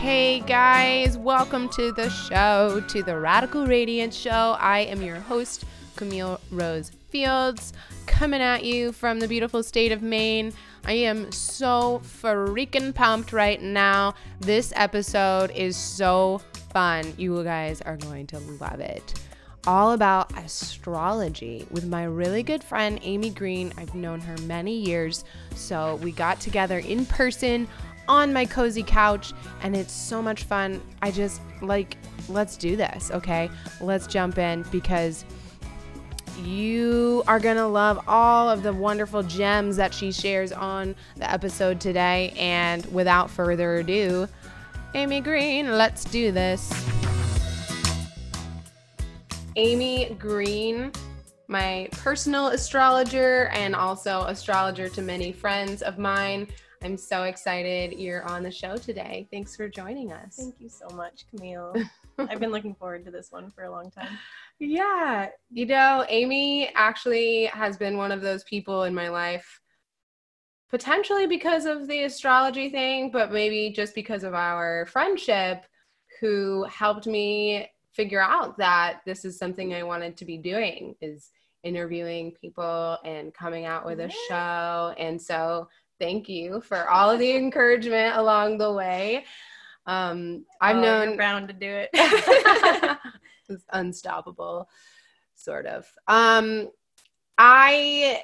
Hey guys, welcome to the show, to the Radical Radiant Show. I am your host, Camille Rose Fields, coming at you from the beautiful state of Maine. I am so freaking pumped right now. This episode is so fun. You guys are going to love it. All about astrology with my really good friend Amy Green. I've known her many years, so we got together in person on my cozy couch, and it's so much fun. I just like, let's do this, okay? Let's jump in because you are going to love all of the wonderful gems that she shares on the episode today. And without further ado, Amy Green, let's do this. Amy Green, my personal astrologer and also astrologer to many friends of mine. I'm so excited you're on the show today. Thanks for joining us. Thank you so much, Camille. I've been looking forward to this one for a long time. Yeah. You know, Amy actually has been one of those people in my life, potentially because of the astrology thing, but maybe just because of our friendship, who helped me figure out that this is something I wanted to be doing is interviewing people and coming out with a show. And so thank you for all of the encouragement along the way. Um, I've Oh, you're known bound to do it. it's unstoppable sort of um i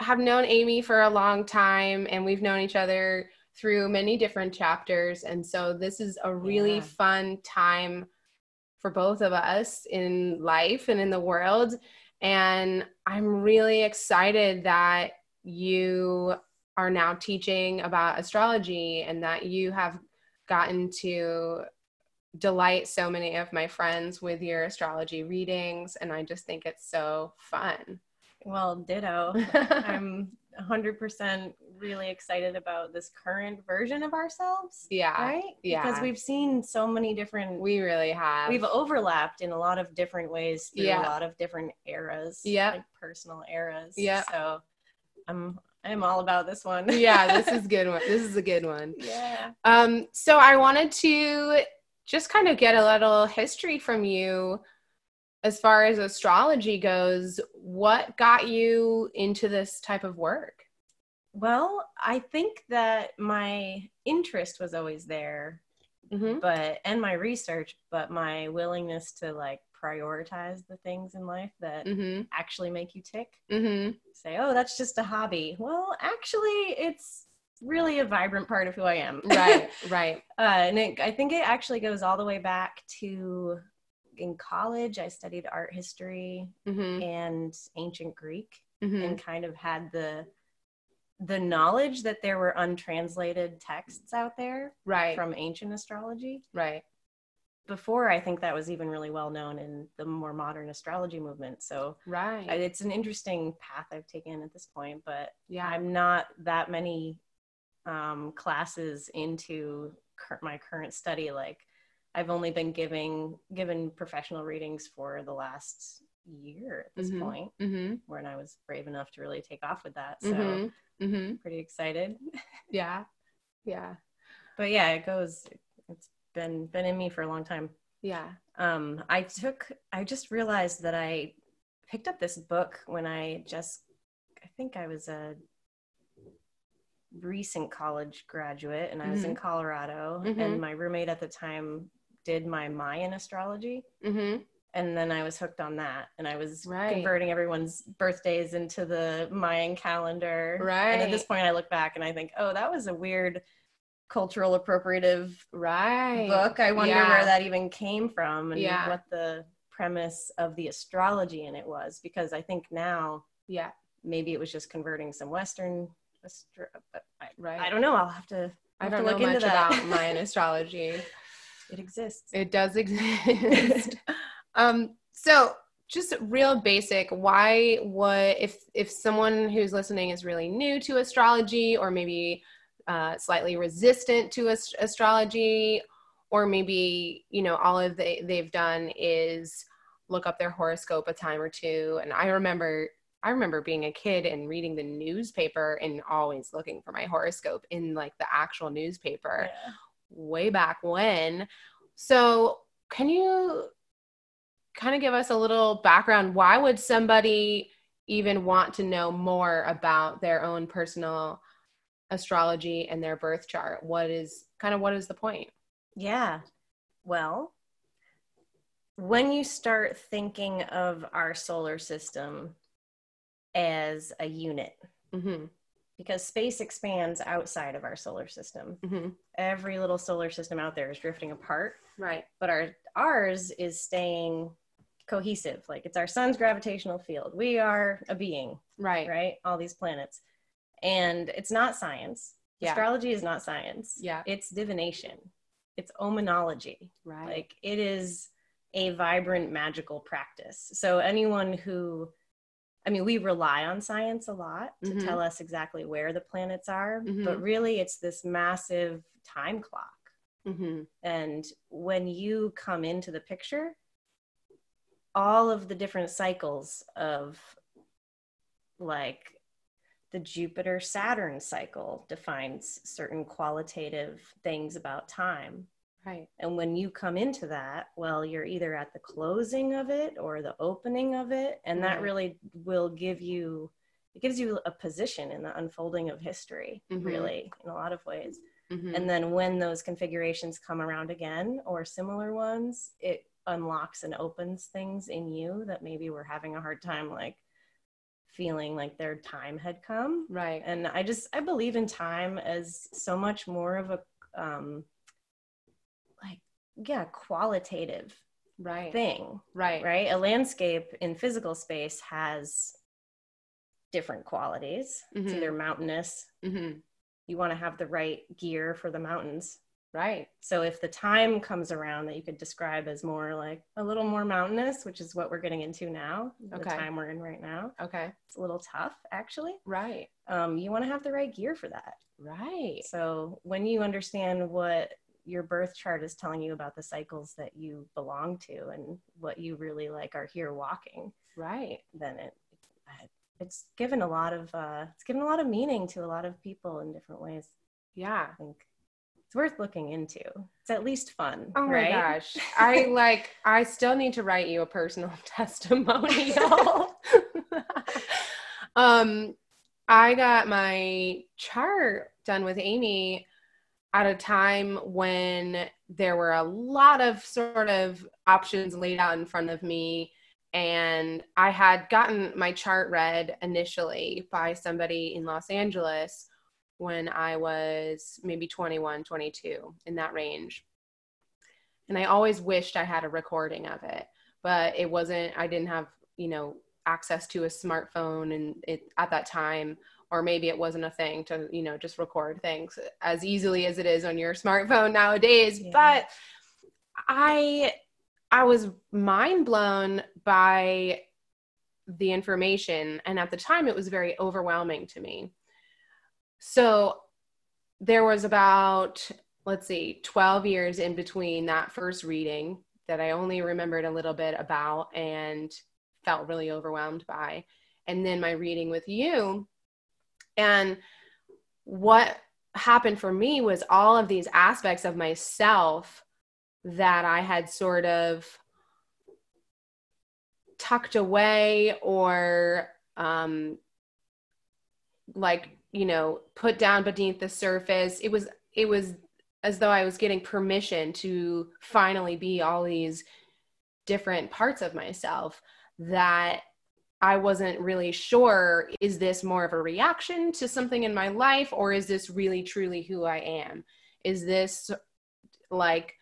have known amy for a long time and we've known each other through many different chapters and so this is a really Yeah. fun time for both of us in life and in the world and i'm really excited that you are now teaching about astrology and that you have gotten to delight so many of my friends with your astrology readings and I just think it's so fun. well, ditto. I'm 100% really excited about this current version of ourselves, yeah. right? yeah. Because we've seen so many different, We really have. we've overlapped in a lot of different ways through Yeah. a lot of different eras, Yeah. like personal eras. Yeah. So I'm, I'm all about this one. yeah, this is good one. This is a good one. yeah. Um so I wanted to just kind of get a little history from you as far as astrology goes. What got you into this type of work? Well, I think that my interest was always there, Mhm. but and my research, but my willingness to like prioritize the things in life that Mhm. actually make you tick. Mhm. Say, "Oh, that's just a hobby." Well, actually, it's really a vibrant part of who I am. Right, right. uh, and it, I think it actually goes all the way back to in college. I studied art history Mhm. and ancient Greek Mhm. and kind of had the the knowledge that there were untranslated texts out there Right. from ancient astrology right. before i think that was even really well known in the more modern astrology movement so Right. I- it's an interesting path i've taken at this point but yeah. i'm not that many um, classes into cur- my current study like i've only been giving given professional readings for the last year at this Mhm. point mm-hmm. when i was brave enough to really take off with that so Mm-hmm. Mm-hmm. pretty excited. Yeah. Yeah. But yeah, it goes. It's been been in me for a long time. Yeah. Um, I took. I just realized that I picked up this book when I just. I think I was a recent college graduate, and I was in Colorado, Mhm. and my roommate at the time did my Mayan astrology. Mm-hmm. And then I was hooked on that, and I was Right. converting everyone's birthdays into the Mayan calendar. And at this Right. point, I look back and I think, oh, that was a weird cultural appropriative Right. book. I wonder Yeah. where that even came from and Yeah. what the premise of the astrology in it was. Because I think now Yeah. maybe it was just converting some Western. Astro- I, Right. I don't know. I'll have to. I don't I'll have to know look much into that. about Mayan astrology. It exists. It does exist. um, so just real basic, why would if if someone who's listening is really new to astrology or maybe uh, slightly resistant to ast- astrology, or maybe you know all of they, they've done is look up their horoscope a time or two. And I remember I remember being a kid and reading the newspaper and always looking for my horoscope in like the actual newspaper Yeah. way back when. So, can you kind of give us a little background? Why would somebody even want to know more about their own personal astrology and their birth chart? What is kind of what is the point? Yeah. Well, when you start thinking of our solar system as a unit, Mm-hmm. because space expands outside of our solar system, Mm-hmm. every little solar system out there is drifting apart, Right. but our ours is staying cohesive. Like it's our sun's gravitational field. We are a being, Right. right? All these planets. And it's not science. Yeah. Astrology is not science. Yeah. It's divination. It's omenology. Right. Like it is a vibrant magical practice. So anyone who I mean we rely on science a lot to Mhm. tell us exactly where the planets are, Mhm. but really it's this massive time clock. mm-hmm. And when you come into the picture, all of the different cycles of like the Jupiter Saturn cycle defines certain qualitative things about time. Right. And when you come into that, well, you're either at the closing of it or the opening of it. And that Right. really will give you, it gives you a position in the unfolding of history, Mhm. really, in a lot of ways. Mm-hmm. And then when those configurations come around again or similar ones, it unlocks and opens things in you that maybe were having a hard time, like feeling like their time had come right. and i just i believe in time as so much more of a um like yeah qualitative right. thing right. right a landscape in physical space has different qualities it's Mhm. either mountainous Mm-hmm. you want to have the right gear for the mountains Right. so if the time comes around that you could describe as more like a little more mountainous which is what we're getting into now the Okay. time we're in right now Okay. it's a little tough actually Right. um, you want to have the right gear for that Right. So when you understand what your birth chart is telling you about the cycles that you belong to and what you really like are here walking, Right. then it it's given a lot of uh, it's given a lot of meaning to a lot of people in different ways. Yeah. I think it's worth looking into. It's at least fun. Oh my right? gosh. I like I still need to write you a personal testimonial. um I got my chart done with Amy at a time when there were a lot of sort of options laid out in front of me and I had gotten my chart read initially by somebody in Los Angeles when I was maybe 21, 22 in that range and I always wished I had a recording of it, but it wasn't. I didn't have you know access to a smartphone, and it at that time, or maybe it wasn't a thing to you know just record things as easily as it is on your smartphone nowadays. Yeah. But I I was mind blown by the information, and at the time, it was very overwhelming to me. So there was about let's see 12 years in between that first reading that i only remembered a little bit about and felt really overwhelmed by and then my reading with you and what happened for me was all of these aspects of myself that i had sort of tucked away or um like you know put down beneath the surface it was it was as though I was getting permission to finally be all these different parts of myself that I wasn't really sure is this more of a reaction to something in my life or is this really truly who I am? Is this like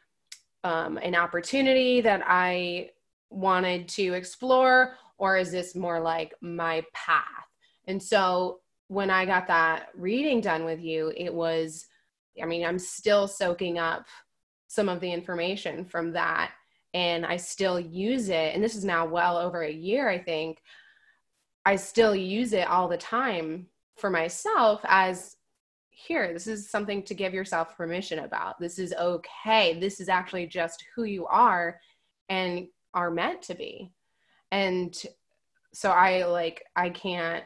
um, an opportunity that I wanted to explore or is this more like my path? And so when I got that reading done with you, it was I mean, I'm still soaking up some of the information from that and I still use it. And this is now well over a year, I think. I still use it all the time for myself as here, this is something to give yourself permission about. This is okay. This is actually just who you are and are meant to be. And so I like, I can't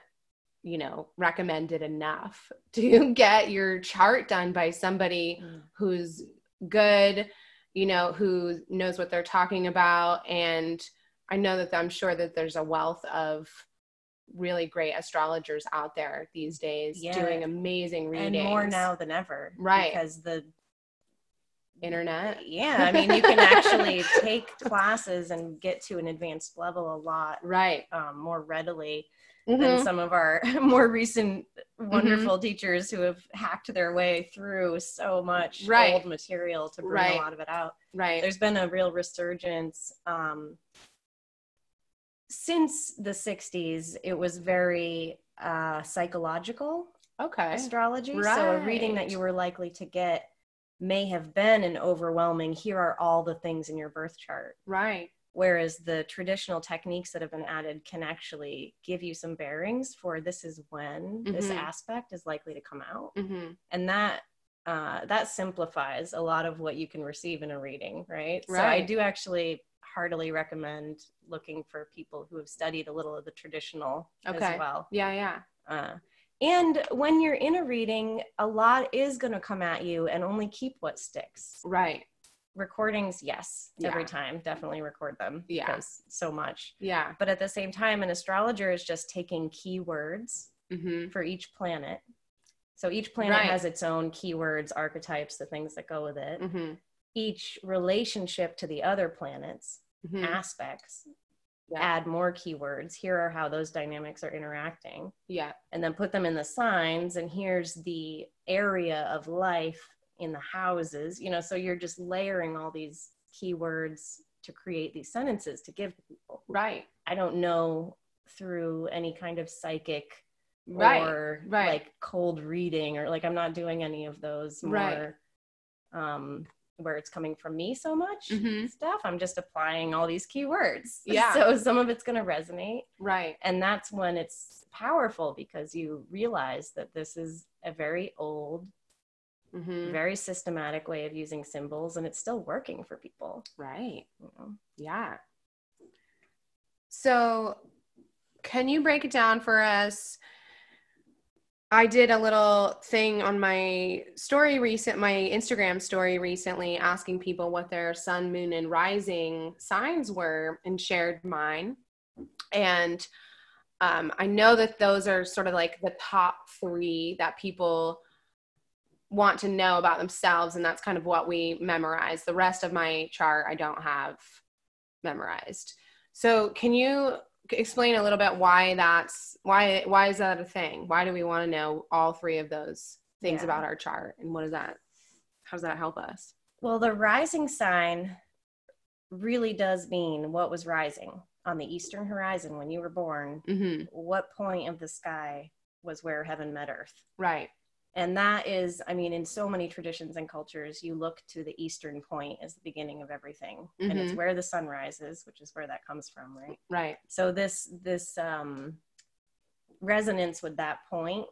you know, recommended enough to get your chart done by somebody Mm. who's good, you know, who knows what they're talking about. And I know that I'm sure that there's a wealth of really great astrologers out there these days Yeah. doing amazing readings. and more now than ever Right. Uh. because the Internet. yeah i mean you can actually take classes and get to an advanced level a lot Right. um, more readily than Mhm. some of our more recent Mm-hmm. wonderful teachers who have hacked their way through so much Right. old material to bring Right. a lot of it out Right. there's been a real resurgence um, since the 60s it was very uh, psychological Okay. astrology. So a reading that Right. you were likely to get may have been an overwhelming, here are all the things in your birth chart. Right. Whereas the traditional techniques that have been added can actually give you some bearings for this is when this Mhm. aspect is likely to come out. hmm And that uh, that simplifies a lot of what you can receive in a reading, right? So I Right. do actually heartily recommend looking for people who have studied a little of the traditional Okay. as well. Yeah. Yeah. Uh, and when you're in a reading, a lot is going to come at you, and only keep what sticks. Right. Recordings, yes, every Yeah. time, definitely record them. Yeah. because so much. Yeah. But at the same time, an astrologer is just taking keywords hmm for each planet. So each planet Right. has its own keywords, archetypes, the things that go with it. hmm Each relationship to the other planets, hmm aspects, Yeah. add more keywords. Here are how those dynamics are interacting Yeah. and then put them in the signs and here's the area of life in the houses you know so you're just layering all these keywords to create these sentences to give to people Right. i don't know through any kind of psychic Right. or right. like cold reading or like i'm not doing any of those more Right. um where it's coming from me so much Mhm. stuff i'm just applying all these keywords Yeah. so some of it's going to resonate Right. and that's when it's powerful because you realize that this is a very old hmm very systematic way of using symbols and it's still working for people Right. you know? Yeah. So, can you break it down for us? I did a little thing on my story recent, my Instagram story recently, asking people what their sun, moon, and rising signs were, and shared mine. And um, I know that those are sort of like the top three that people want to know about themselves, and that's kind of what we memorize. The rest of my chart, I don't have memorized. So can you c- explain a little bit why that's why why is that a thing? Why do we want to know all three of those things Yeah. about our chart and what is that how does that help us? well the rising sign really does mean what was rising on the eastern horizon when you were born Mhm. what point of the sky was where heaven met earth Right. and that is i mean in so many traditions and cultures you look to the eastern point as the beginning of everything and it's where the sun rises which is where that comes from right Right. so this this um resonance with that point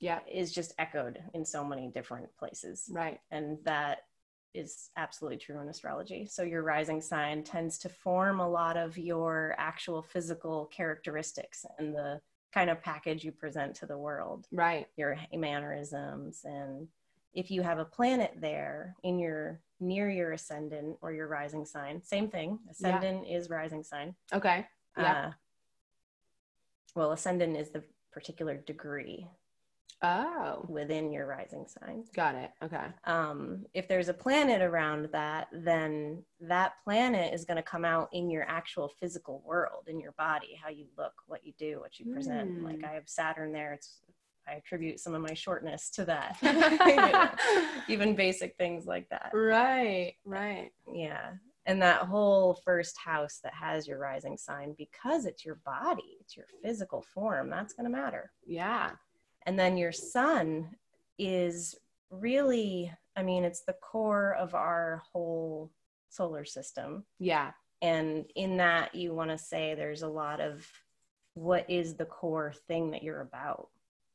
Yeah. is just echoed in so many different places Right. and that is absolutely true in astrology so your rising sign tends to form a lot of your actual physical characteristics and the kind of package you present to the world Right. your mannerisms and if you have a planet there in your near your ascendant or your rising sign same thing ascendant is rising sign Okay. Yeah. uh, well ascendant is the particular degree oh. within your rising sign Got it. Okay. um, if there's a planet around that then that planet is going to come out in your actual physical world in your body how you look what you do what you present Hmm. like i have saturn there it's i attribute some of my shortness to that You know, even basic things like that right. Right. yeah and that whole first house that has your rising sign because it's your body it's your physical form that's going to matter Yeah. and then your sun is really i mean it's the core of our whole solar system Yeah. and in that you want to say there's a lot of what is the core thing that you're about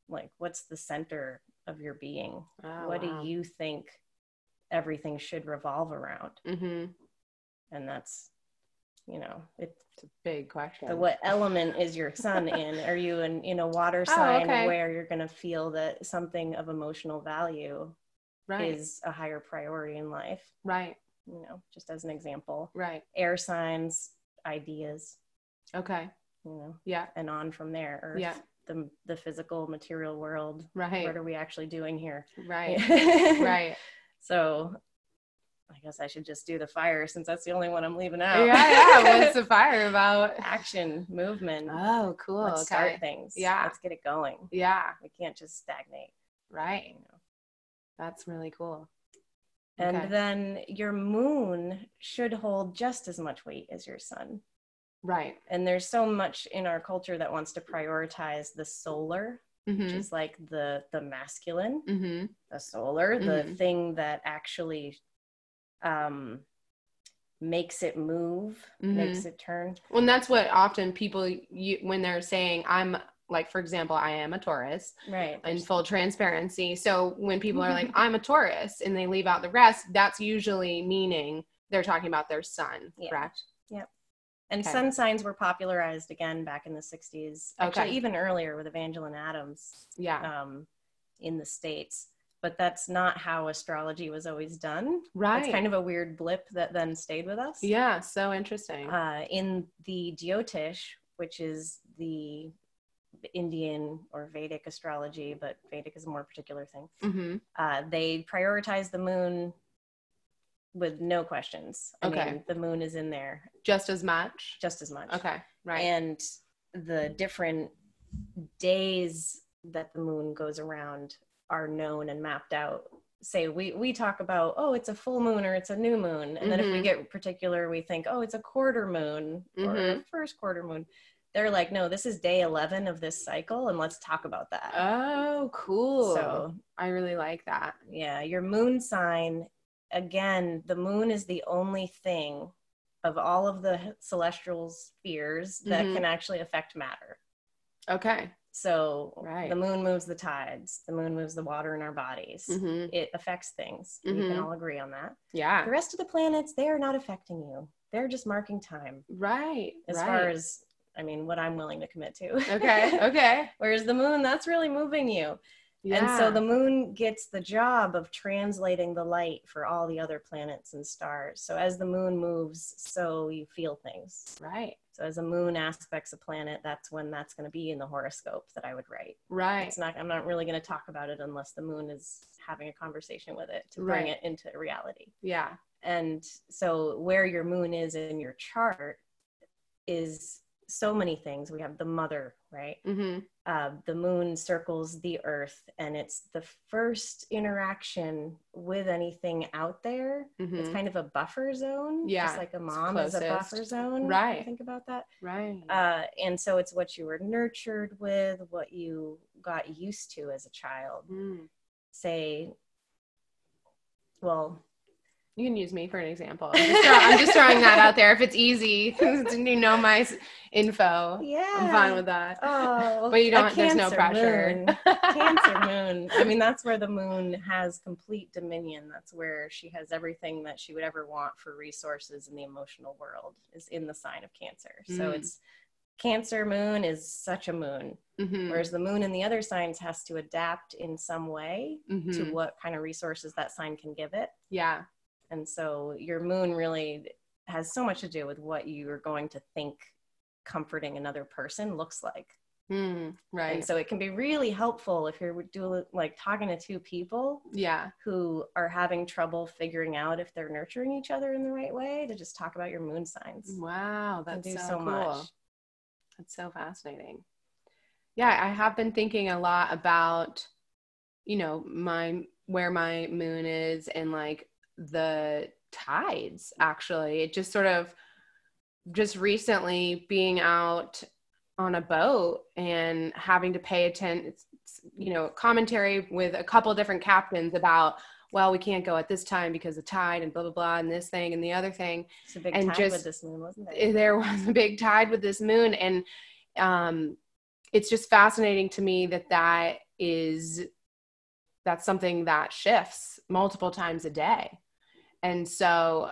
like what's the center of your being Oh, what wow. do you think everything should revolve around Mm-hmm. Mhm. and that's you know it It's a big question. the, what element is your sun in are you Oh, in in a water sign okay. where you're going to feel that something of emotional value Right. is a higher priority in life. right. You know, just as an example, Right. air signs, ideas, Okay. you know, Yeah. and on from there. Earth, Yeah. the the physical material world. What Right. are we actually doing here? Right. right. So, I guess I should just do the fire since that's the only one I'm leaving out. Yeah. Yeah. What's the fire about? action, movement. Oh, cool. Let's okay. start things. Yeah. Let's get it going. Yeah. We can't just stagnate. Right. you know. That's really cool. And Okay. then your moon should hold just as much weight as your sun. Right. And there's so much in our culture that wants to prioritize the solar, which Mm-hmm. is like the the masculine, Mm-hmm. the solar, the Mhm. thing that actually um makes it move, Mm-hmm. makes it turn. Well, and that's what often people you, when they're saying I'm like for example, I am a Taurus Right. in full transparency. So when people are like Mm-hmm. I'm a Taurus and they leave out the rest, that's usually meaning they're talking about their sun, Yeah. correct? And Okay. sun signs were popularized again back in the 60s, actually Okay. even earlier with Evangeline Adams Yeah. um, in the States. But that's not how astrology was always done. right. It's kind of a weird blip that then stayed with us. yeah, so interesting. Uh, in the Jyotish, which is the Indian or Vedic astrology, but Vedic is a more particular thing, mhm. uh, they prioritize the moon with no questions. I Okay. mean, the moon is in there Just as much. just as much Okay. Right. and the different days that the moon goes around are known and mapped out say we we talk about oh it's a full moon or it's a new moon and then if we Mhm. get particular we think oh it's a quarter moon or a Mhm. first quarter moon they're like no this is day 11 of this cycle and let's talk about that oh, cool. so I really like that. yeah your moon sign again the moon is the only thing of all of the celestial spheres that Mhm. can actually affect matter Okay. so Right. the moon moves the tides, the moon moves the water in our bodies. Mhm. It affects things. We can Mhm. all agree on that. Yeah. The rest of the planets, they are not affecting you. They're just marking time Right. as right. far as, I mean, what I'm willing to commit to. okay okay Whereas the moon, that's really moving you. And so the moon gets the job of translating the light for all the other planets and stars. So as the moon moves, so you feel things. right So as the moon aspects a planet, that's when that's going to be in the horoscope that I would write. right it's not i'm not really going to talk about it unless the moon is having a conversation with it to bring Right. it into reality yeah and so where your moon is in your chart is so many things we have the mother right mm-hmm. uh, the moon circles the earth and it's the first interaction with anything out there it's Mm-hmm. kind of a buffer zone Yeah, just like a mom is a closest. buffer zone Right. think about that right uh, and so it's what you were nurtured with, what you got used to as a child. Mm. Say, well, you can use me for an example I'm just, throw- I'm just throwing that out there if it's easy you know my s- info Oh, yeah, i'm fine with that Oh, But you a don't- there's no Cancer pressure. moon. Oh, cancer moon. I mean, that's where the moon has complete dominion. That's where she has everything that she would ever want for resources in the emotional world is in the sign of Cancer. So Mm. it's Cancer moon is such a moon, Mhm, whereas the moon and the other signs has to adapt in some way to mhm. what kind of resources that sign can give it. yeah And so your moon really has so much to do with what you are going to think comforting another person looks like. Mm, And right so it can be really helpful if you're doing like talking to two people yeah who are having trouble figuring out if they're nurturing each other in the right way to just talk about your moon signs. wow Can Mm, that's do so, so cool much. That's so fascinating. Yeah, I have been thinking a lot about, you know, my where my moon is and like the tides actually. It just sort of just recently being out on a boat and having to pay attention, you know, commentary with a couple different captains about, well, we can't go at this time because of tide and blah blah blah and this thing and the other thing It's a big And time with just- this moon, wasn't it? eh, there was a big tide with this moon and um it's just fascinating to me that that is that's something that shifts multiple times a day and so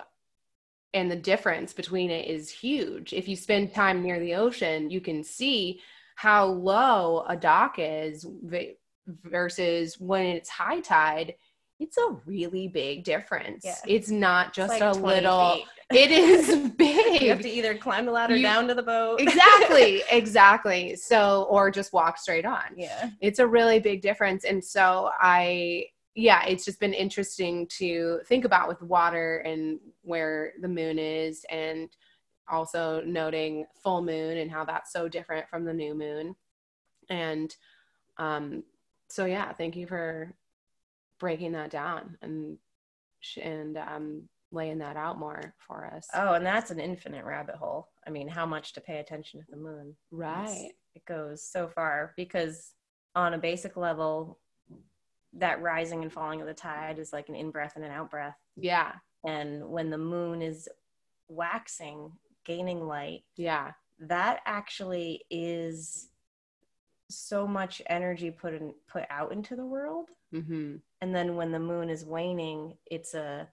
and the difference between it is huge if you spend time near the ocean you can see how low a dock is v- versus when it's high tide it's a really big difference. Yeah. It's not just It's like a 20 little. feet. It is You have big. to either climb the ladder You- down to the boat. exactly, exactly. So, or just walk straight on. yeah. It's a really big difference. And so I, yeah, it's just been interesting to think about with water and where the moon is and also noting full moon and how that's so different from the new moon. And um, so, yeah, thank you for breaking that down and, sh- and um, laying that out more for us. Oh, and that's an infinite rabbit hole. I mean, how much to pay attention to the moon? right. It goes so far because, on a basic level, that rising and falling of the tide is like an in breath and an out breath. Yeah. And when the moon is waxing, gaining light, Yeah. that actually is so much energy put in, put out into the world. Mm-hmm. And then when the moon is waning, it's a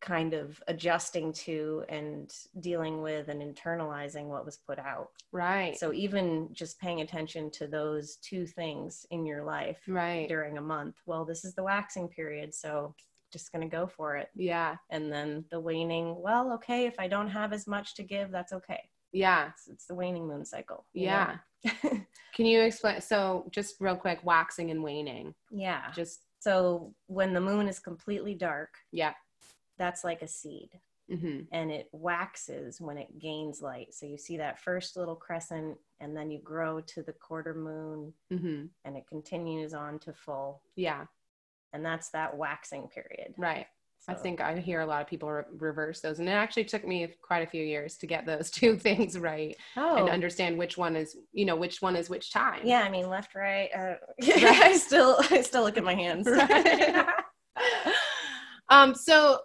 kind of adjusting to and dealing with and internalizing what was put out. Right. So even just paying attention to those two things in your life right. during a month. Well, this is the waxing period, so just going to go for it. Yeah. And then the waning, well, okay, if I don't have as much to give, that's okay. Yeah. It's, it's the waning moon cycle. you know? Yeah. Can you explain? So, just real quick, waxing and waning. yeah. Just So when the moon is completely dark, yeah. that's like a seed. hmm and it waxes when it gains light. So you see that first little crescent, and then you grow to the quarter moon, hmm and it continues on to full. Yeah. And that's that waxing period. Right. I So- think I hear a lot of people re- reverse those, and it actually took me quite a few years to get those two things right Oh, and understand which one is, you know, which one is which time. yeah. I mean, left, right. Uh, I Right. still, I still look at my hands. Right. um. So,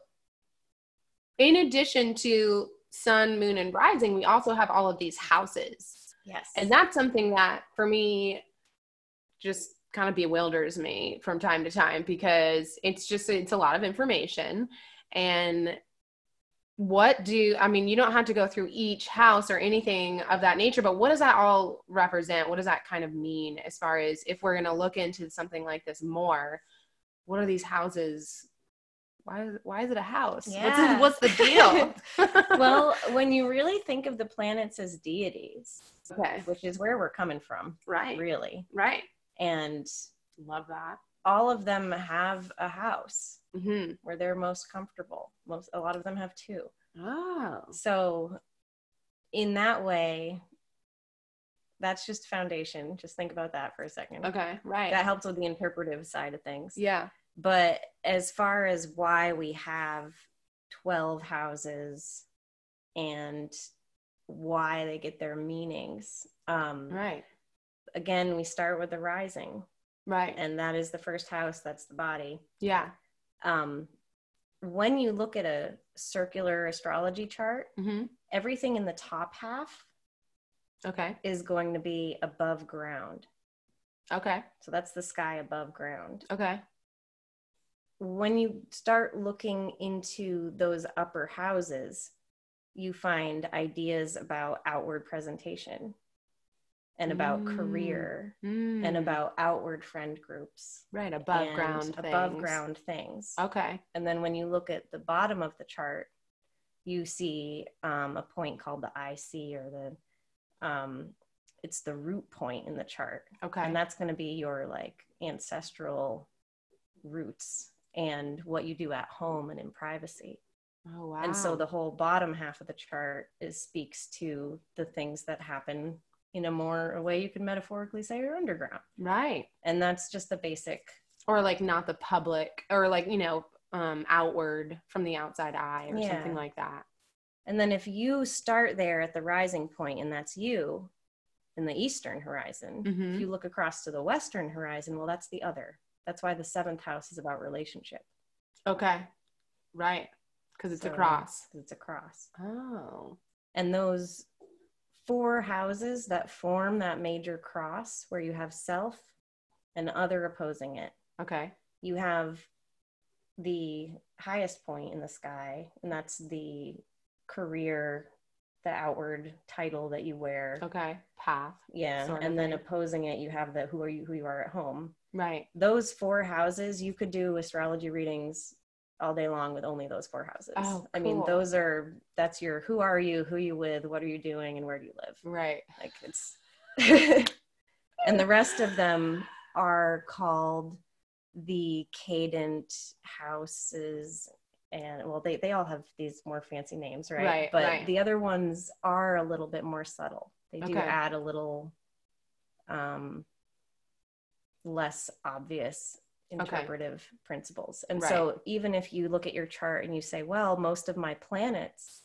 in addition to sun, moon, and rising, we also have all of these houses. yes. And that's something that for me just kind of bewilders me from time to time because it's just it's a lot of information and what do I mean you don't have to go through each house or anything of that nature but what does that all represent what does that kind of mean as far as if we're going to look into something like this more what are these houses why is, why is it a house Yeah. what's, what's the deal well, when you really think of the planets as deities, okay which is where we're coming from, right really, right and love that all of them have a house. mhm where they're most comfortable. Most a lot of them have two. Oh, So in that way, that's just foundation. Just think about that for a second. okay, right. That helps with the interpretive side of things. yeah, But as far as why we have 12 houses and why they get their meanings, um, right, again, we start with the rising, right. and that is the first house, that's the body. yeah, um, when you look at a circular astrology chart, hmm everything in the top half okay, is going to be above ground. okay, So that's the sky above ground. okay, When you start looking into those upper houses, you find ideas about outward presentation and about Mm. career Mm, and about outward friend groups. right above and ground, above things. ground things. Okay, And then when you look at the bottom of the chart, you see um, a point called the IC or the, um, it's the root point in the chart. okay, And that's going to be your like ancestral roots and what you do at home and in privacy. oh wow, And so the whole bottom half of the chart is speaks to the things that happen in a more a way you could metaphorically say are underground. right And that's just the basic or like not the public or like you know um outward from the outside eye or Yeah. something like that. And then if you start there at the rising point, and that's you in the eastern horizon, Mhm. if you look across to the western horizon, well, that's the other. That's why the seventh house is about relationship. Okay, right, because it's So- a cross. 'cause It's a cross. Oh, And those four houses that form that major cross, where you have self and other opposing it, okay, you have the highest point in the sky, and that's the career, the outward title that you wear. okay, path. yeah sort of and then thing. opposing it you have the who are you who you are at home Right. Those four houses, you could do astrology readings all day long with only those four houses. Oh, I mean, cool. those are that's your who are you, who you with, what are you doing, and where do you live? Right. Like it's and the rest of them are called the cadent houses and well they, they all have these more fancy names right, Right, but right. the other ones are a little bit more subtle they do Okay. add a little um less obvious Okay. interpretive principles and so even if you look at your chart and you say well most of my planets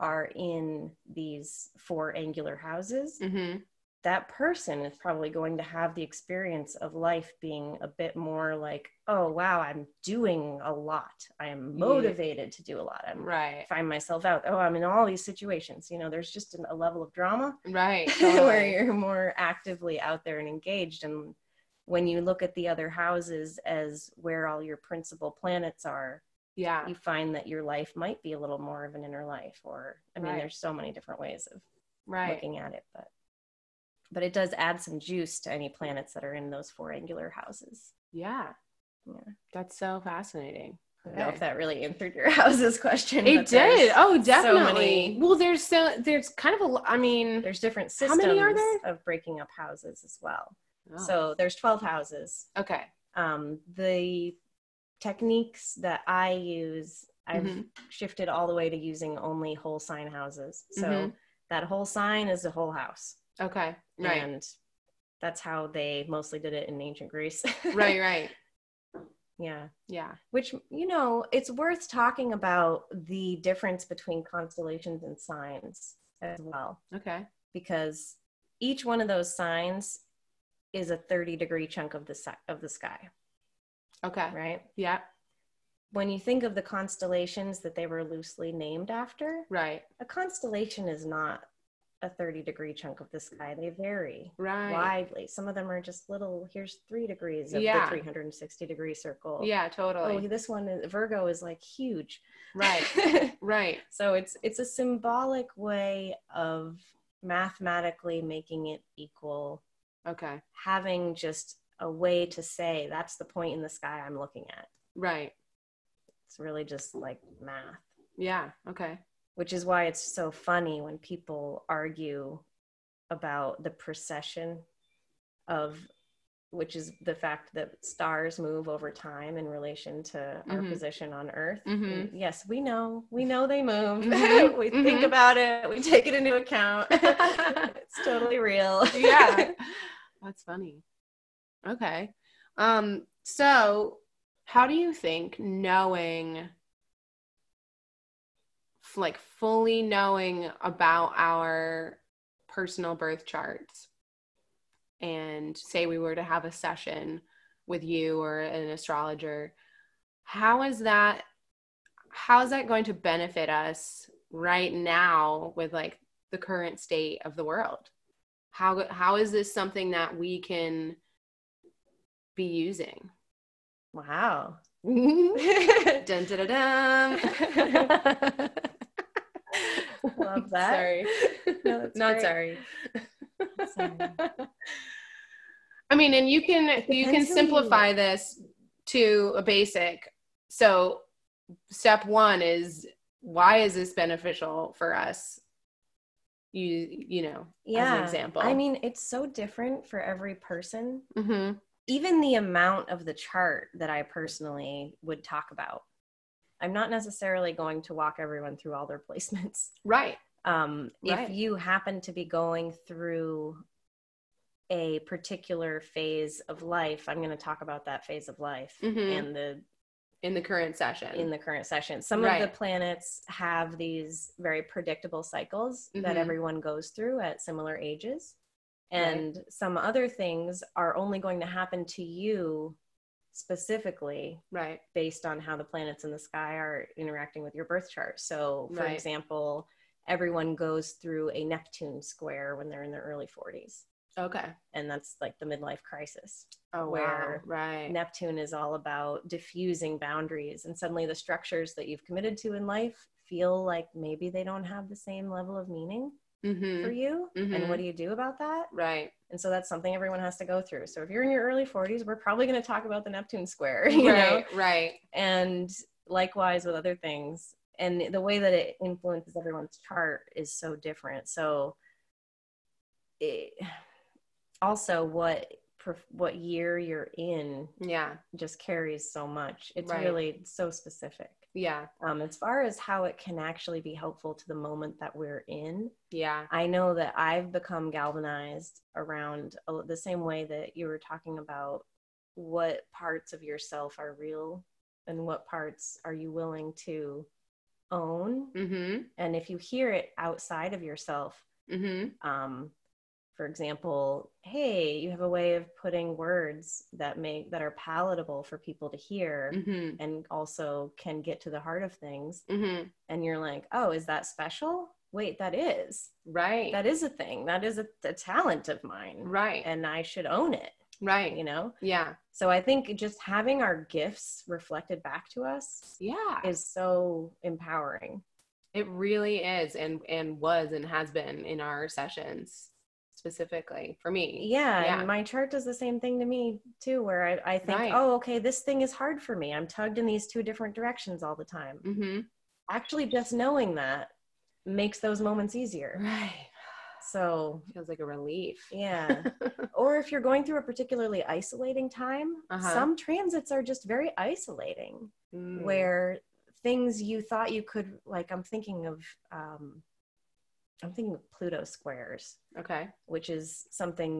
are in these four angular houses Mm-hmm. that person is probably going to have the experience of life being a bit more like, oh, wow, I'm doing a lot. I am Yeah. motivated to do a lot. I'm Right. find myself out. Oh, I'm in all these situations. You know, there's just an, a level of drama Right. where totally. you're more actively out there and engaged. And when you look at the other houses as where all your principal planets are, yeah. you find that your life might be a little more of an inner life. Or, I mean, Right. there's so many different ways of Right. looking at it, but but it does add some juice to any planets that are in those four angular houses. Yeah. Yeah. That's so fascinating. I don't know Okay. if that really answered your houses question. It but there's- did. Oh, definitely. many- well, there's so there's kind of a. l- I mean, There's different How systems many are of breaking up houses as well. oh, So there's 12 houses. okay. Um, the techniques that I use, I've Mhm. shifted all the way to using only whole sign houses. So Mhm. that whole sign is the whole house. Okay. Right. And that's how they mostly did it in ancient Greece. Right. Right. yeah. Yeah. which you know it's worth talking about the difference between constellations and signs as well Okay. because each one of those signs is a 30 degree chunk of the si- of the sky Okay. right Yeah. when you think of the constellations that they were loosely named after Right. a constellation is not a 30 degree chunk of the sky they vary Right. widely some of them are just little here's 3 degrees of Yeah. the 360 degree circle Yeah. oh Totally. this one is- virgo is like huge Right. Right. So it's it's a symbolic way of mathematically making it equal, Okay. having just a way to say that's the point in the sky I'm looking at. Right. It's really just like math, Yeah. Okay. which is why it's so funny when people argue about the precession of which is the fact that stars move over time in relation to our Mhm. position on earth Mhm. yes we know we know they move Mhm. we think Mhm. about it we take it into account it's totally real Yeah. That's funny. Okay. Um. So, how do you think knowing, f- like, fully knowing about our personal birth charts, and say we were to have a session with you or an astrologer, how is that? How is that going to benefit us right now with like the current state of the world? How how is this something that we can be using? wow Dun, dun, dun, dun. Love that. Sorry. No, that's Not great. sorry. Sorry. I mean, and you can It you can depends who you simplify this to a basic. So step one is why is this beneficial for us? You you know, as an yeah example. i mean it's so different for every person hmm even the amount of the chart that I personally would talk about. I'm not necessarily going to walk everyone through all their placements. right. Um, Right. If you happen to be going through a particular phase of life, I'm going to talk about that phase of life Mhm. and the In the current session. in the current session. Some Right. of the planets have these very predictable cycles Mhm. that everyone goes through at similar ages. And some other things are only going to happen to you specifically right. based on how the planets in the sky are interacting with your birth chart. So, for Right. example, everyone goes through a Neptune square when they're in their early 40s. Okay. And that's like the midlife crisis. Oh, where wow. right. Neptune is all about diffusing boundaries, and suddenly the structures that you've committed to in life feel like maybe they don't have the same level of meaning. Mm-hmm. for you Mhm. and what do you do about that Right. and so that's something everyone has to go through so if you're in your early 40s we're probably going to talk about the neptune square you know Right. Right. and likewise with other things and the way that it influences everyone's chart is so different so it, also what perf- what year you're in Yeah. just carries so much it's Right. really so specific Yeah. um, as far as how it can actually be helpful to the moment that we're in Yeah. I know that I've become galvanized around a- the same way that you were talking about what parts of yourself are real and what parts are you willing to own. Mm-hmm. And if you hear it outside of yourself, Mm-hmm. um, for example, hey, you have a way of putting words that make that are palatable for people to hear Mm-hmm. and also can get to the heart of things. Mm-hmm. And you're like, oh, is that special? Wait, that is Right. that is a thing that is a, a talent of mine right. and i should own it right. you know Yeah. so i think just having our gifts reflected back to us Yeah. is so empowering It really is and and was and has been in our sessions specifically for me. yeah, Yeah. and my chart does the same thing to me too where i, I think Right. oh okay this thing is hard for me i'm tugged in these two different directions all the time Mm-hmm. actually just knowing that makes those moments easier Right. so Feels like a relief. yeah or if you're going through a particularly isolating time Uh-huh. some transits are just very isolating Mm. where things you thought you could like i'm thinking of um i'm thinking of pluto squares Okay. which is something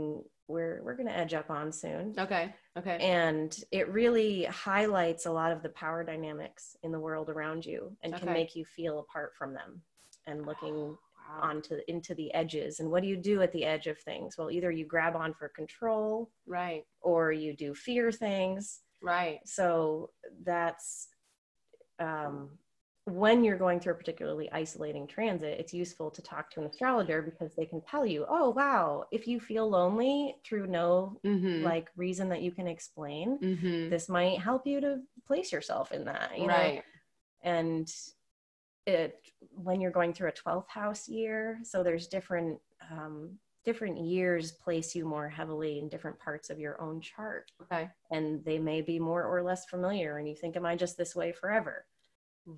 we're we're going to edge up on soon Okay. Okay. and it really highlights a lot of the power dynamics in the world around you and can Okay. make you feel apart from them and looking Wow. onto into the edges and what do you do at the edge of things well either you grab on for control Right. or you do fear things Right. so that's um, when you're going through a particularly isolating transit it's useful to talk to an astrologer because they can tell you oh wow if you feel lonely through no Mm-hmm. like reason that you can explain mm-hmm. this might help you to place yourself in that you right. know and it when you're going through a 12th house year so there's different um, different years place you more heavily in different parts of your own chart Okay. and they may be more or less familiar and you think am i just this way forever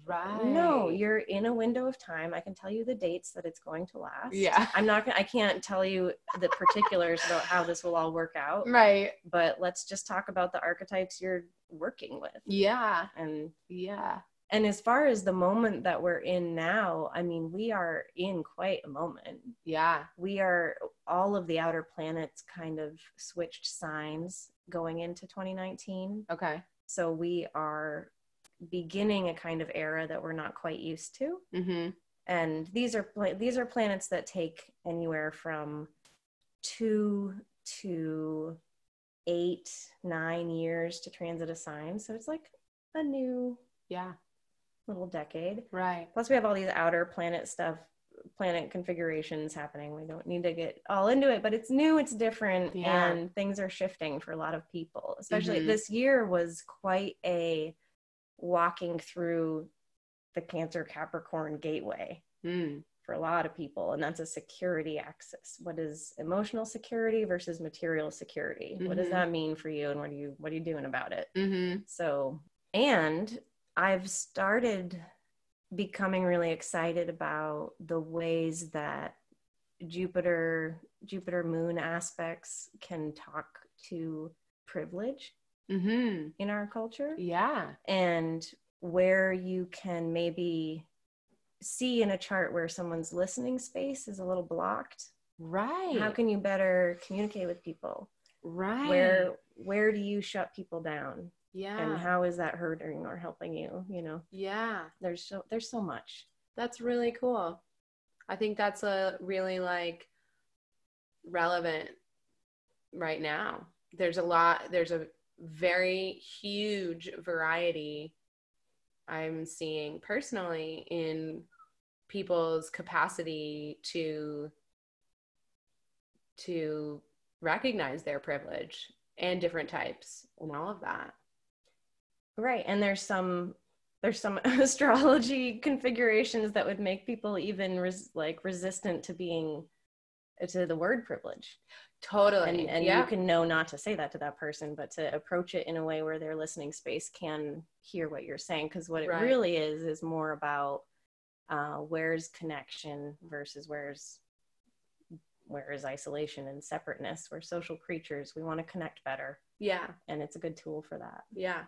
Right. no you're in a window of time i can tell you the dates that it's going to last Yeah. i'm not gonna i can't tell you the particulars about how this will all work out Right. but let's just talk about the archetypes you're working with Yeah. and Yeah. and as far as the moment that we're in now i mean we are in quite a moment Yeah. we are all of the outer planets kind of switched signs going into 2019 Okay. so we are beginning a kind of era that we're not quite used to. Mm-hmm. And these are pla- these are planets that take anywhere from two to eight, nine years to transit a sign. So it's like a new Yeah. little decade. Right. Plus, we have all these outer planet stuff, planet configurations happening. We don't need to get all into it, but it's new, it's different, Yeah. and things are shifting for a lot of people. Especially Mhm. this year was quite a walking through the Cancer Capricorn gateway Mm. for a lot of people, and that's a security axis. What is emotional security versus material security? What does Mhm. that mean for you, and what are you what are you doing about it? Mm-hmm. So, and I've started becoming really excited about the ways that Jupiter Jupiter moon aspects can talk to privilege Mm-hmm. in our culture Yeah. and where you can maybe see in a chart where someone's listening space is a little blocked Right. how can you better communicate with people right. where where do you shut people down Yeah. and how is that hurting or helping you you know yeah. there's so there's so much That's really cool. I think that's a really like relevant right now. There's a lot, there's a very huge variety I'm seeing personally in people's capacity to to recognize their privilege and different types and all of that. right and there's some there's some astrology configurations that would make people even res- like resistant to being to the word privilege Totally. and, and yeah. you can know not to say that to that person but to approach it in a way where their listening space can hear what you're saying because what it Right. really is is more about uh, where's connection versus where's where is isolation and separateness we're social creatures we want to connect better yeah. and it's a good tool for that Yeah.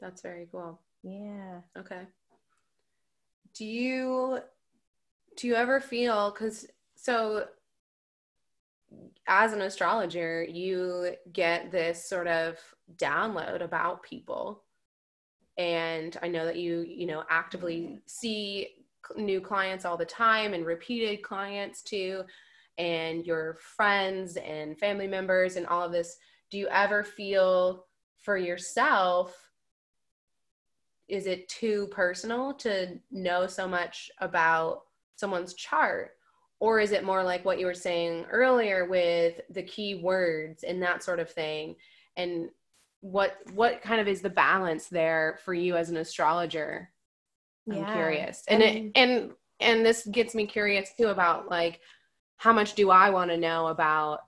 That's very cool. yeah Okay. Do you do you ever feel cuz so as an astrologer, you get this sort of download about people. And I know that you, you know, actively see c- new clients all the time and repeated clients too and your friends and family members and all of this. Do you ever feel for yourself is it too personal to know so much about someone's chart or is it more like what you were saying earlier with the key words and that sort of thing and what what kind of is the balance there for you as an astrologer i'm curious and it, And- and and this gets me curious too about like how much do i want to know about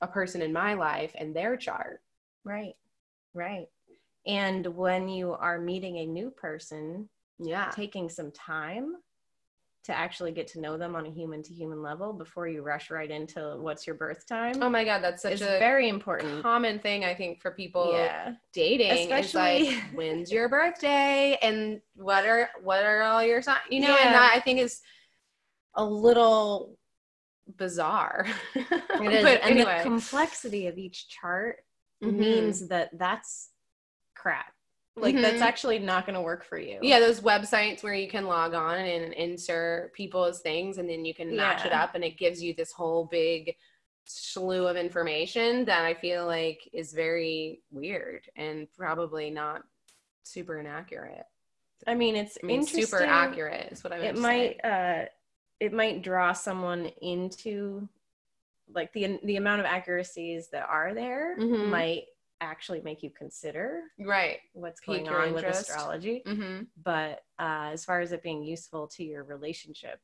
a person in my life and their chart right right and when you are meeting a new person yeah taking some time to actually get to know them on a human to human level before you rush right into what's your birth time oh my god that's such is a very important. common thing i think for people yeah. dating especially Especially- like, when's your birthday and what are what are all your signs you know Yeah. and that i think is a little bizarre it is. It is. and the complexity of each chart Mm-hmm. Mm-hmm. means that that's crap. Like Mhm. that's actually not going to work for you. yeah those websites where you can log on and insert people's things and then you can match it Yeah. up and it gives you this whole big slew of information that i feel like is very weird and probably not super inaccurate I mean, it's I mean, interesting. super accurate is what i meant It to say. might uh it might draw someone into like the the amount of accuracies that are there Mhm. might actually make you consider right what's Pique going your on with interest. astrology. Mm-hmm. But uh, as far as it being useful to your relationship,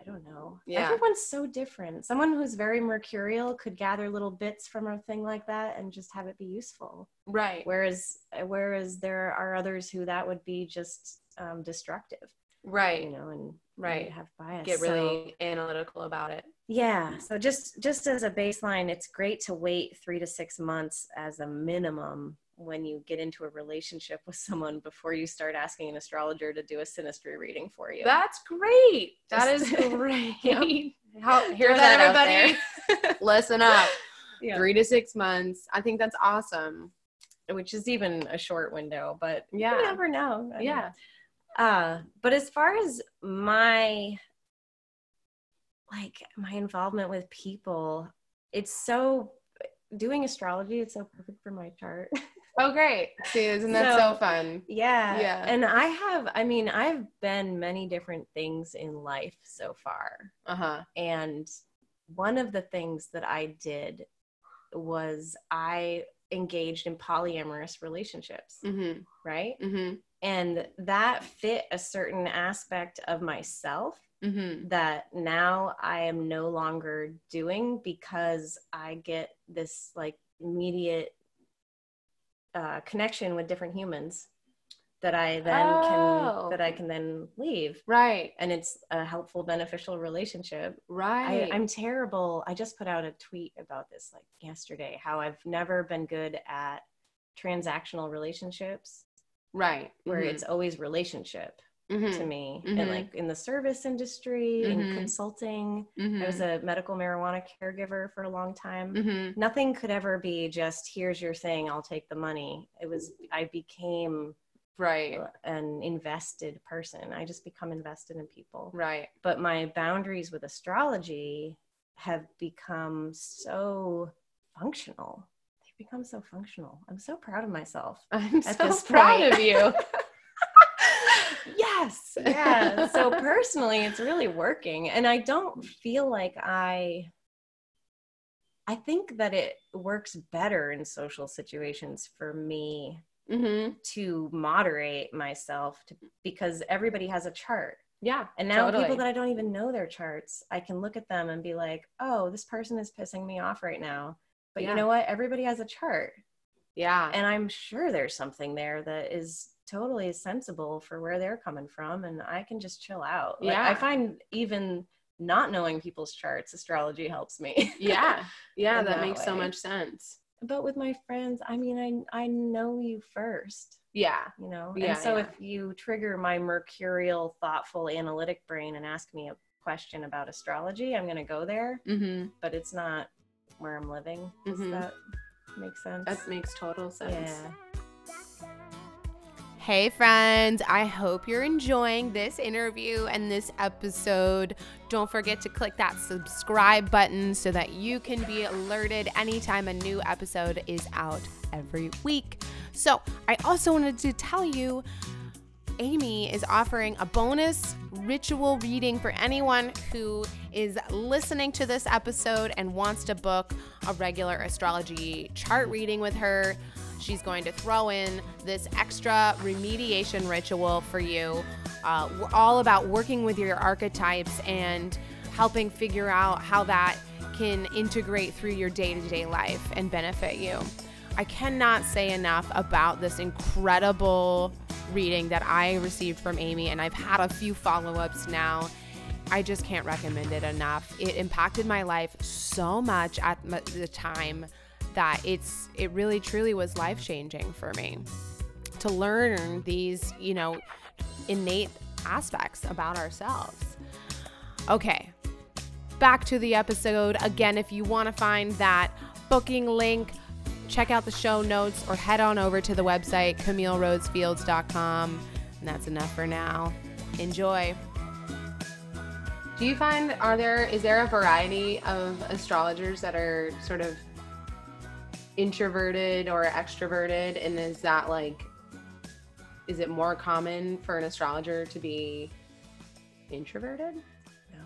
I don't know. Yeah. Everyone's so different. Someone who's very mercurial could gather little bits from a thing like that and just have it be useful. Right. Whereas, whereas there are others who that would be just um, destructive, you Right. know, and Right. have bias. Get So- really analytical about it. yeah. So just just as a baseline, it's great to wait three to six months as a minimum when you get into a relationship with someone before you start asking an astrologer to do a sinistry reading for you. That's great. That is Just- great. How, hear Throw that, that everybody. Listen up. Yeah. Three to six months. I think that's awesome. Which is even a short window, but you Yeah. never know. I mean, Yeah. Uh, but as far as my like my involvement with people, it's so doing astrology, it's so perfect for my chart. Oh, great. See, isn't that so, So- fun? Yeah. Yeah. And I have, I mean, I've been many different things in life so far. Uh huh. And one of the things that I did was I engaged in polyamorous relationships, Mm right? hmm. Mm And that fit a certain aspect of myself hmm. Mm that now I am no longer doing because I get this like immediate uh, connection with different humans that I then Oh. can that I can then leave, hmm. Right. and it's a helpful, beneficial relationship. Right. I, I'm terrible. I just put out a tweet about this like yesterday. How I've never been good at transactional relationships, right. where Mhm. it's always relationship to Mhm. me, Mhm. and like in the service industry, Mhm. in consulting. Mhm. I was a medical marijuana caregiver for a long time. Mhm. Nothing could ever be just here's your thing, I'll take the money. It was I became Right. an invested person. I just become invested in people. Right. But my boundaries with astrology have become so functional. They've become so functional. I'm so proud of myself. I'm At so this proud point. of you. yes yeah so personally it's really working and i don't feel like i i think that it works better in social situations for me Mm-hmm. to moderate myself to, because everybody has a chart. Yeah. And now Totally. people that I don't even know their charts, I can look at them and be like, oh, this person is pissing me off right now. But Yeah. you know what? Everybody has a chart. Yeah. And I'm sure there's something there that is totally sensible for where they're coming from. And I can just chill out. Like, Yeah. I find even not knowing people's charts, astrology helps me. yeah. Yeah. in That that makes so way. much sense. but with my friends, I mean, I, I know you first. Yeah. you know Yeah, and so yeah. if you trigger my mercurial thoughtful analytic brain and ask me a question about astrology i'm going to go there Mm-hmm. but it's not where i'm living does Mhm. that make sense That makes total sense. yeah Hey, friends, I hope you're enjoying this interview and this episode. Don't forget to click that subscribe button so that you can be alerted anytime a new episode is out every week. So, I also wanted to tell you Amy is offering a bonus ritual reading for anyone who is listening to this episode and wants to book a regular astrology chart reading with her. She's going to throw in this extra remediation ritual for you, uh, we're all about working with your archetypes and helping figure out how that can integrate through your day to day life and benefit you. I cannot say enough about this incredible reading that I received from Amy, and I've had a few follow ups now. I just can't recommend it enough. It impacted my life so much at m- the time that it's it really truly was life changing for me to learn these, you know, innate aspects about ourselves. Okay, back to the episode. Again, if you want to find that booking link, check out the show notes or head on over to the website, CamilleRosefields.com. And that's enough for now. Enjoy. Do you find are there is there a variety of astrologers that are sort of introverted or extroverted and is that like is it more common for an astrologer to be introverted?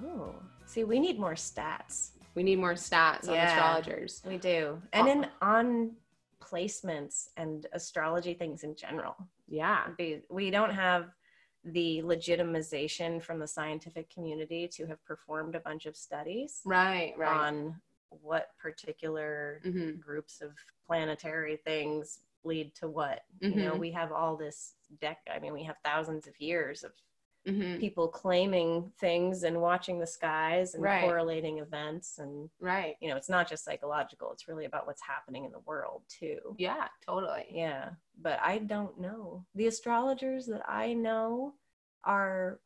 no Oh. see we need more stats We need more stats on Yeah. astrologers. we do and Oh. then on placements and astrology things in general Yeah. be- we don't have the legitimization from the scientific community to have performed a bunch of studies Right, right. on what particular mm-hmm. groups of planetary things lead to what you know Mhm. we have all this deck i mean we have thousands of years of Mm-hmm. people claiming things and watching the skies and Right. correlating events and Right. you know it's not just psychological it's really about what's happening in the world too Yeah, totally. yeah but i don't know the astrologers that i know are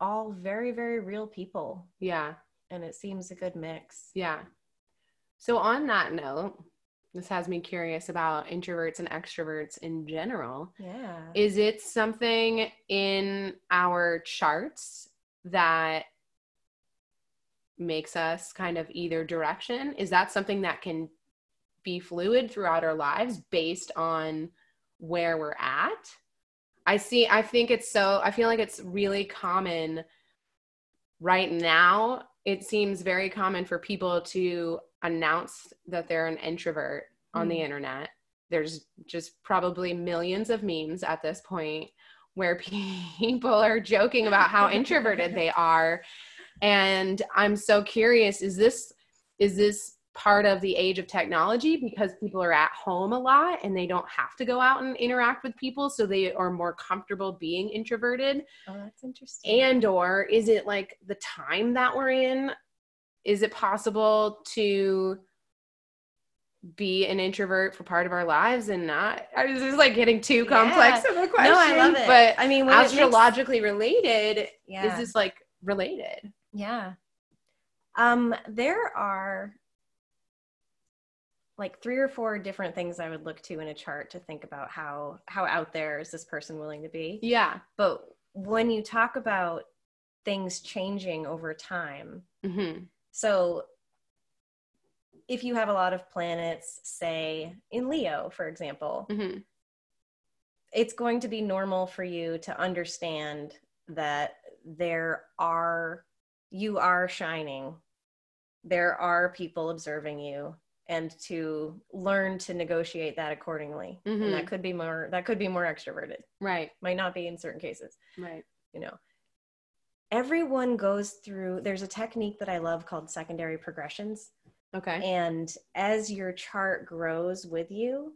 all very very real people Yeah. and it seems a good mix Yeah. So, on that note, this has me curious about introverts and extroverts in general. yeah Is it something in our charts that makes us kind of either direction? Is that something that can be fluid throughout our lives based on where we're at? I see, I think it's so, I feel like it's really common right now. It seems very common for people to announce that they're an introvert on the Mm. internet. There's just probably millions of memes at this point where people are joking about how introverted they are. And I'm so curious is this is this part of the age of technology because people are at home a lot and they don't have to go out and interact with people so they are more comfortable being introverted Oh, that's interesting. and or is it like the time that we're in is it possible to be an introvert for part of our lives and not I was just like getting too complex of a question no, I love it. but I mean, when it makes- astrologically related yeah, is this like related yeah. Um, there are like three or four different things I would look to in a chart to think about how how out there is this person willing to be. yeah But when you talk about things changing over time, mhm so if you have a lot of planets, say in Leo, for example, mhm it's going to be normal for you to understand that there are you are shining there are people observing you and to learn to negotiate that accordingly. Mhm. And that could be more that could be more extroverted. Right. Might not be in certain cases, Right. you know. Everyone goes through there's a technique that I love called secondary progressions. Okay. And as your chart grows with you,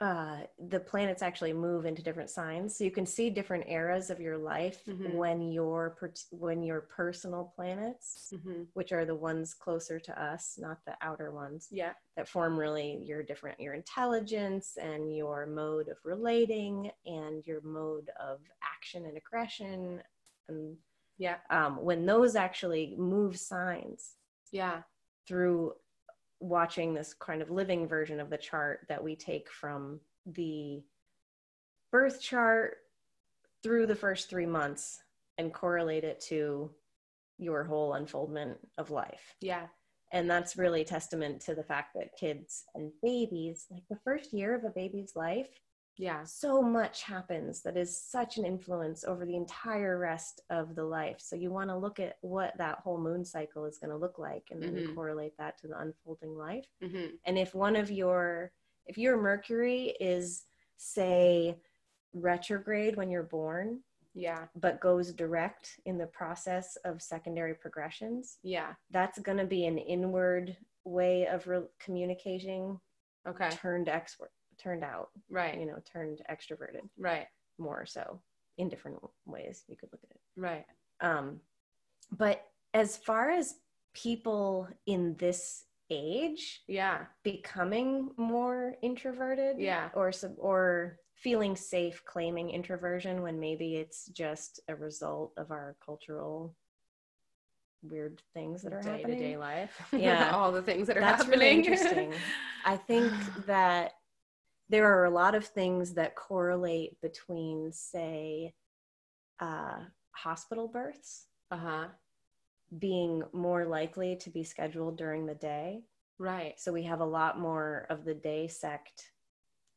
uh, the planets actually move into different signs, so you can see different eras of your life Mhm. when your per- when your personal planets, hmm which are the ones closer to us, not the outer ones, Yeah. that form really your different your intelligence and your mode of relating and your mode of action and aggression, and Yeah. um, when those actually move signs, Yeah. through watching this kind of living version of the chart that we take from the birth chart through the first three months and correlate it to your whole unfoldment of life. Yeah. And that's really testament to the fact that kids and babies, like the first year of a baby's life, Yeah. so much happens that is such an influence over the entire rest of the life. So you want to look at what that whole moon cycle is going to look like and then Mhm. you correlate that to the unfolding life. hmm And if one of your if your Mercury is say retrograde when you're born Yeah. but goes direct in the process of secondary progressions, Yeah. that's going to be an inward way of re- communicating Okay. turned expert turned out, you Right. know, turned extroverted Right. more so in different ways you could look at it Right. um, but as far as people in this age Yeah. becoming more introverted Yeah. or sub- or feeling safe claiming introversion when maybe it's just a result of our cultural weird things that are Day to happening day life. Yeah. All the things that are That's really happening. interesting. I think that there are a lot of things that correlate between, say, uh, hospital births Uh huh. being more likely to be scheduled during the day. Right. So we have a lot more of the day sect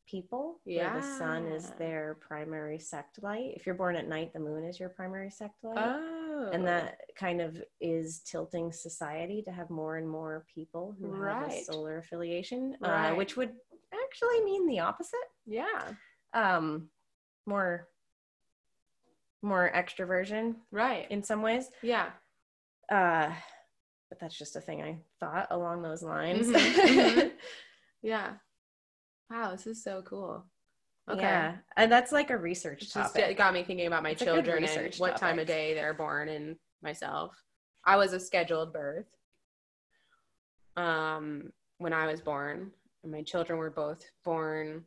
people where the sun is Yeah. their primary sect light. If you're born at night, the moon is your primary sect light. Oh. and that kind of is tilting society to have more and more people who have a Right. solar affiliation, Right. uh, which would actually mean the opposite. Yeah. Um, more, more extroversion Right. in some ways. Yeah. Uh, but that's just a thing I thought along those lines. Mhm, mhm. Yeah. Wow. This is so cool. Okay. Yeah, and that's like a research It's just topic. it got me thinking about my It's a good children and research what time topic. of day they're born and myself. I was a scheduled birth um, when I was born, and my children were both born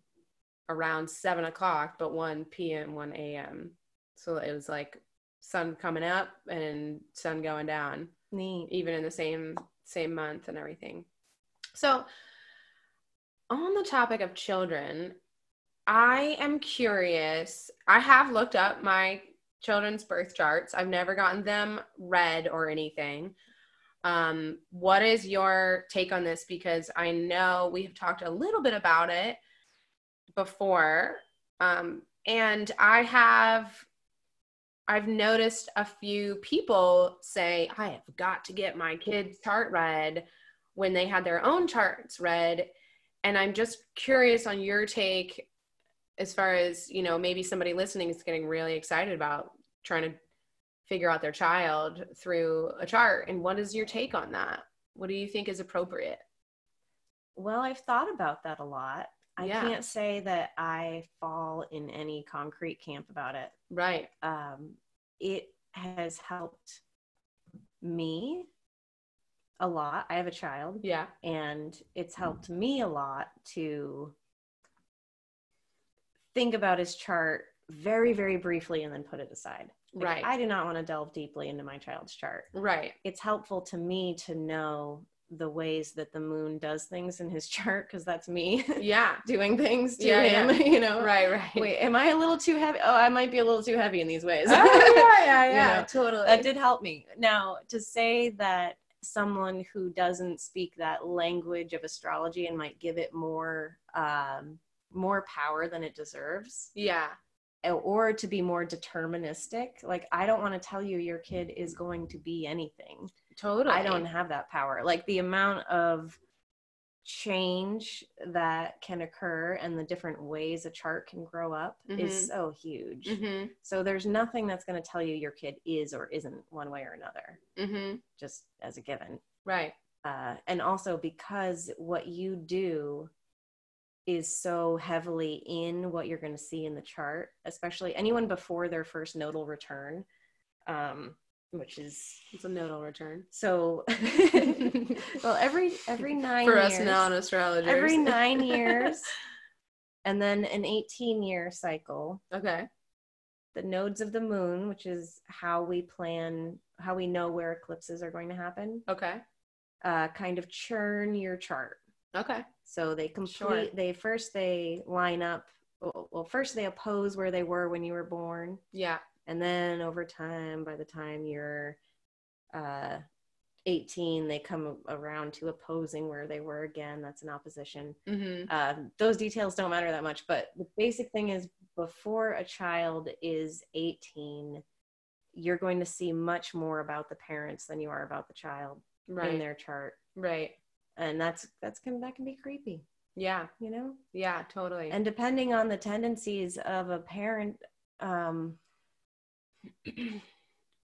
around seven o'clock, but one p.m., one a.m. So it was like sun coming up and sun going down Neat. even in the same same month and everything. So on the topic of children, I am curious. I have looked up my children's birth charts. I've never gotten them read or anything. Um, what is your take on this? Because I know we have talked a little bit about it before, um, and I have I've noticed a few people say, I have got to get my kids' chart read when they had their own charts read. And I'm just curious on your take as far as, you know, maybe somebody listening is getting really excited about trying to figure out their child through a chart. And what is your take on that? What do you think is appropriate? Well, I've thought about that a lot. I Yeah. can't say that I fall in any concrete camp about it. Right. um, it has helped me a lot. I have a child, Yeah. and it's helped me a lot to think about his chart very, very briefly and then put it aside. Like, Right. I do not want to delve deeply into my child's chart. right. It's helpful to me to know the ways that the moon does things in his chart because that's me Yeah. doing things to Yeah, him, you know. Right. Right. Wait, am I a little too heavy? Oh, I might be a little too heavy in these ways. yeah. Yeah. You yeah know, totally. Oh, that did help me. Now, to say that someone who doesn't speak that language of astrology and might give it more um, more power than it deserves, yeah. or to be more deterministic. Like, I don't want to tell you your kid is going to be anything. Totally. I don't have that power. Like, the amount of change that can occur and the different ways a chart can grow up is so huge. Mhm. So, there's nothing that's going to tell you your kid is or isn't one way or another, Mhm. just as a given. Right. Uh, and also because what you do is so heavily in what you're going to see in the chart, especially anyone before their first nodal return, um, which is It's a nodal return. so. well, every every nine For years, us non-astrologers. every nine years, and then an 18 year cycle. okay. The nodes of the moon, which is how we plan, how we know where eclipses are going to happen, Okay. uh, kind of churn your chart. Okay. So they complete. Sure. They first they line up. Well, well, first they oppose where they were when you were born, Yeah. and then over time, by the time you're uh, 18, they come around to opposing where they were again. That's an opposition. Mm-hmm. Uh, those details don't matter that much, but the basic thing is before a child is 18, you're going to see much more about the parents than you are about the child in Right. their chart, Right. and that's that's can that can be creepy, Yeah. you know. Yeah. Totally. and depending on the tendencies of a parent um,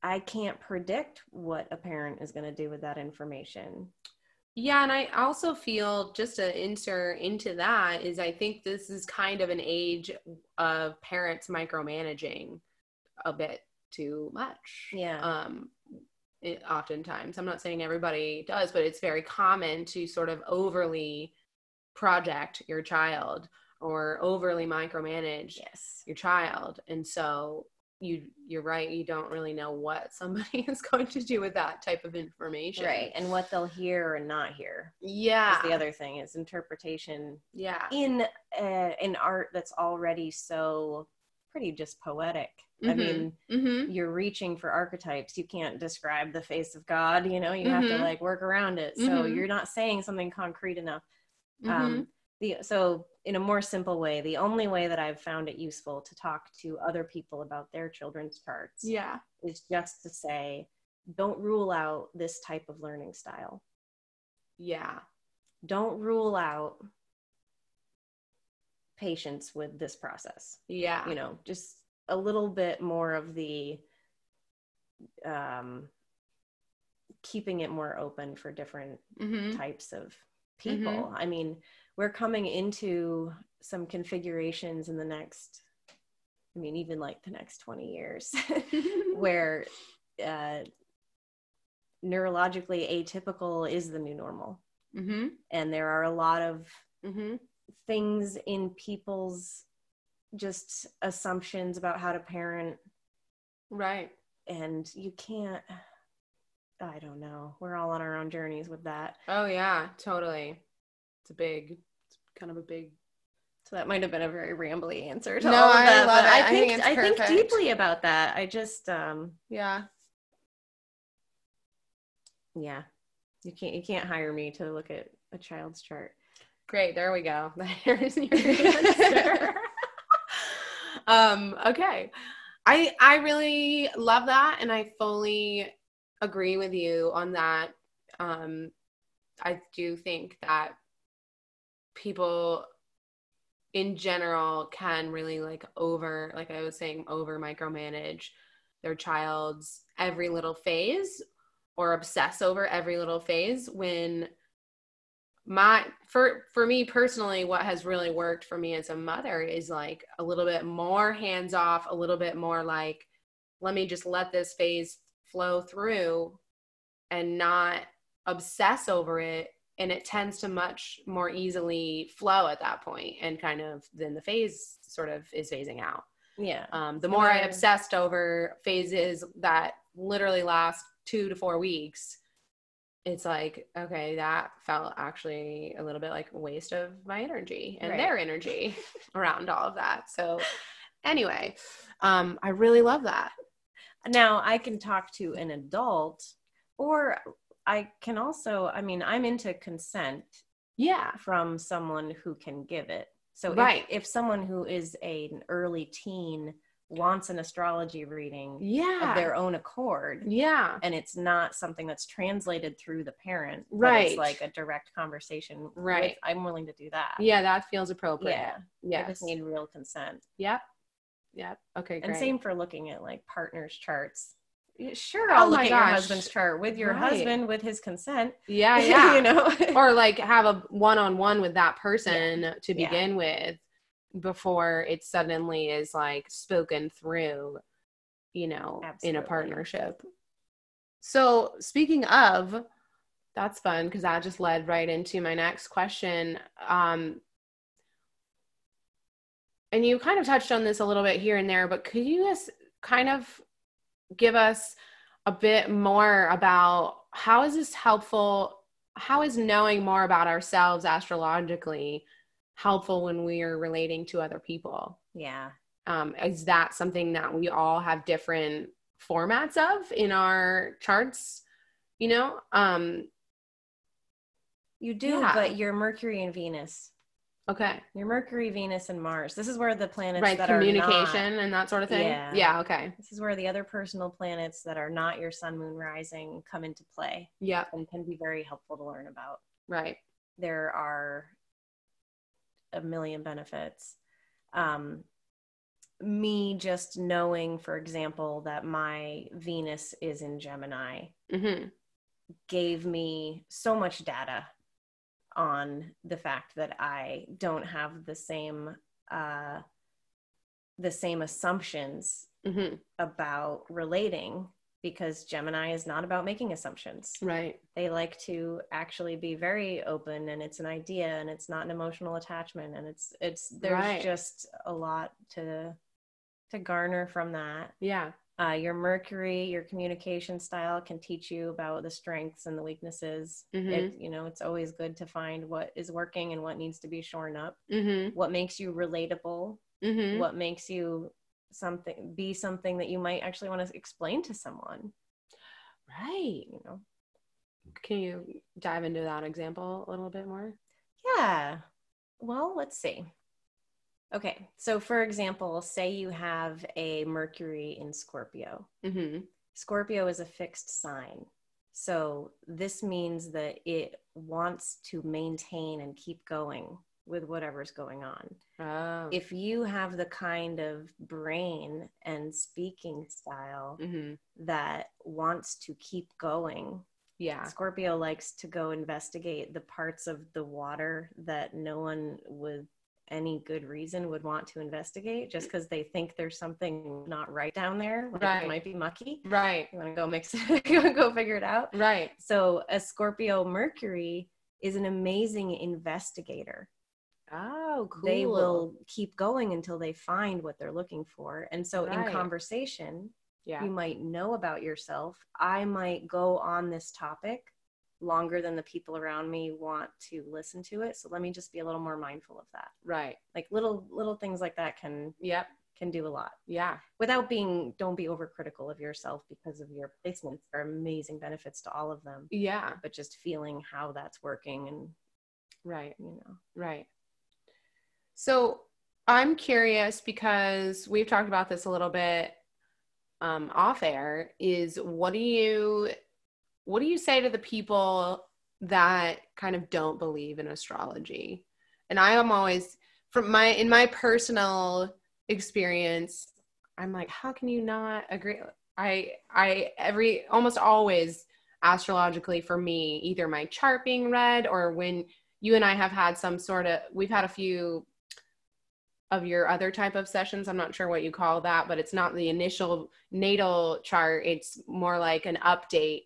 i can't predict what a parent is going to do with that information Yeah, and I also feel just to insert into that is I think this is kind of an age of parents micromanaging a bit too much. Yeah. Um, it, oftentimes, I'm not saying everybody does, but it's very common to sort of overly project your child or overly micromanage yes your child, and so you you're right. You don't really know what somebody is going to do with that type of information. right Ah. and what they'll hear or not hear Yeah. is the other thing is interpretation Yeah. in uh, in art that's already so pretty just poetic i Mhm. mean Mm-hmm. you're reaching for archetypes you can't describe the face of god you know you have to Mhm. like work around it so Mhm. you're not saying something concrete enough Mm-hmm. Um, the, so, in a more simple way, the only way that I've found it useful to talk to other people about their children's charts yeah. is just to say, don't rule out this type of learning style. Yeah. Don't rule out patience with this process. Yeah. You know, just a little bit more of the um, keeping it more open for different mm-hmm. types of people. I mean, we're coming into some configurations in the next, I mean, even like the next 20 years, Mm-hmm. where uh, neurologically atypical is the new normal. mm-hmm. And there are a lot of Mm-hmm. things in people's just assumptions about how to parent, Right. and you can't. I don't know. We're all on our own journeys with that. Oh yeah. Totally. It's a big. It's kind of a big. So that might have been a very rambly answer to No, all of I that, love but it. I I think think it's I think perfect. deeply about that. I just um Yeah. yeah. You can't you can't hire me to look at a child's chart. Great. There we go. There's your answer. um. Okay. I I really love that, and I fully agree with you on that. Um, I do think that people in general can really like over like i was saying over micromanage their child's every little phase or obsess over every little phase when my for for me personally what has really worked for me as a mother is like a little bit more hands off a little bit more like let me just let this phase flow through and not obsess over it and it tends to much more easily flow at that point and kind of then the phase sort of is phasing out Yeah. um, the more I Sure. obsessed over phases that literally last two to four weeks, it's like, okay, that felt actually a little bit like a waste of my energy and Right. their energy around all of that. So, anyway, um, I really love that. Now I can talk to an adult or I can also I mean I'm into consent Yeah. from someone who can give it. So if- Right. if, someone who is a- an early teen wants an astrology reading of Yeah. their own accord Yeah. and it's not something that's translated through the parent but Right. it's like a direct conversation with, Right. i'm willing to do that Yeah, that feels appropriate. yeah i Yes. just need real consent Yep. Yep. Okay, great. and same for looking at like partners charts Yeah, Sure. I'll oh look my at gosh. your husband's chart with your Right. husband with his consent yeah, yeah. you know or like have a one-on-one with that person to Yeah. begin with before it suddenly is like spoken through you know in Absolutely. a partnership so speaking of that's fun because that just led right into my next question um and you kind of touched on this a little bit here and there but could you just kind of give us a bit more about how is this helpful how is knowing more about ourselves astrologically helpful when we are relating to other people yeah um, is that something that we all have different formats of in our charts you know um you do Yeah. but your mercury and venus okay your mercury venus and mars this is where the planets right that are not, communication and that sort of thing Yeah. okay this is where the other personal planets that are not your sun moon rising come into play yeah and can be very helpful to learn about right there are a million benefits. Um, me just knowing, for example, that my Venus is in Gemini mm-hmm. gave me so much data on the fact that I don't have the same uh, the same assumptions Mm-hmm. about relating because Gemini is not about making assumptions right they like to actually be very open and it's an idea and it's not an emotional attachment and it's it's there's Right. just a lot to to garner from that yeah uh, your mercury your communication style can teach you about the strengths and the weaknesses mm-hmm, it, you know it's always good to find what is working and what needs to be shorn up mm-hmm. what makes you relatable Mm-hmm. what makes you something be something that you might actually want to explain to someone right you know Can you dive into that example a little bit more? Yeah. Well, let's see. Okay. So, for example, say you have a Mercury in Scorpio. Mm-hmm. Scorpio is a fixed sign. So, this means that it wants to maintain and keep going with whatever's going on. Oh. If you have the kind of brain and speaking style mm-hmm. that wants to keep going Yeah. uh, Scorpio likes to go investigate the parts of the water that no one with any good reason would want to investigate just because they think there's something not right down there. Like Mm. Right. It might be mucky. Right. You want to go mix it, you wanna go figure it out. Right. So, a Scorpio Mercury is an amazing investigator. Oh, cool. They will keep going until they find what they're looking for. And so, Right. in conversation, Yeah. you might know about yourself. I might go on this topic longer than the people around me want to listen to it. So let me just be a little more mindful of that. Right. Like little little things like that can Yep. can do a lot. Yeah. Without being don't be overcritical of yourself because of your placements. There are amazing benefits to all of them. Yeah. But just feeling how that's working and Right. you know. Right. So I'm curious because we've talked about this a little bit um, off air. Is what do you what do you say to the people that kind of don't believe in astrology? And I am always from my in my personal experience, I'm like, how can you not agree? I I every almost always astrologically for me, either my chart being read or when you and I have had some sort of we've had a few of your other type of sessions. I'm not sure what you call that, but it's not the initial natal chart. It's more like an update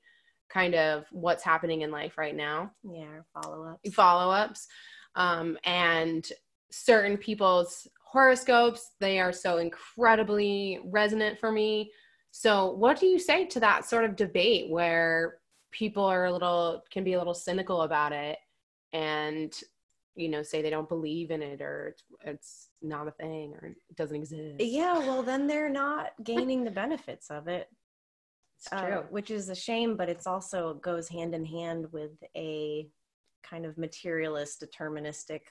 kind of what's happening in life right now Yeah, follow up. follow ups. Um, and certain people's horoscopes, they are so incredibly resonant for me. So, what do you say to that sort of debate where people are a little, can be a little cynical about it and, you know, say they don't believe in it or it's, it's not a thing or it doesn't exist? Yeah, well then they're not gaining the benefits of it. It's uh, true. which is a shame, but it's also goes hand in hand with a kind of materialist, deterministic,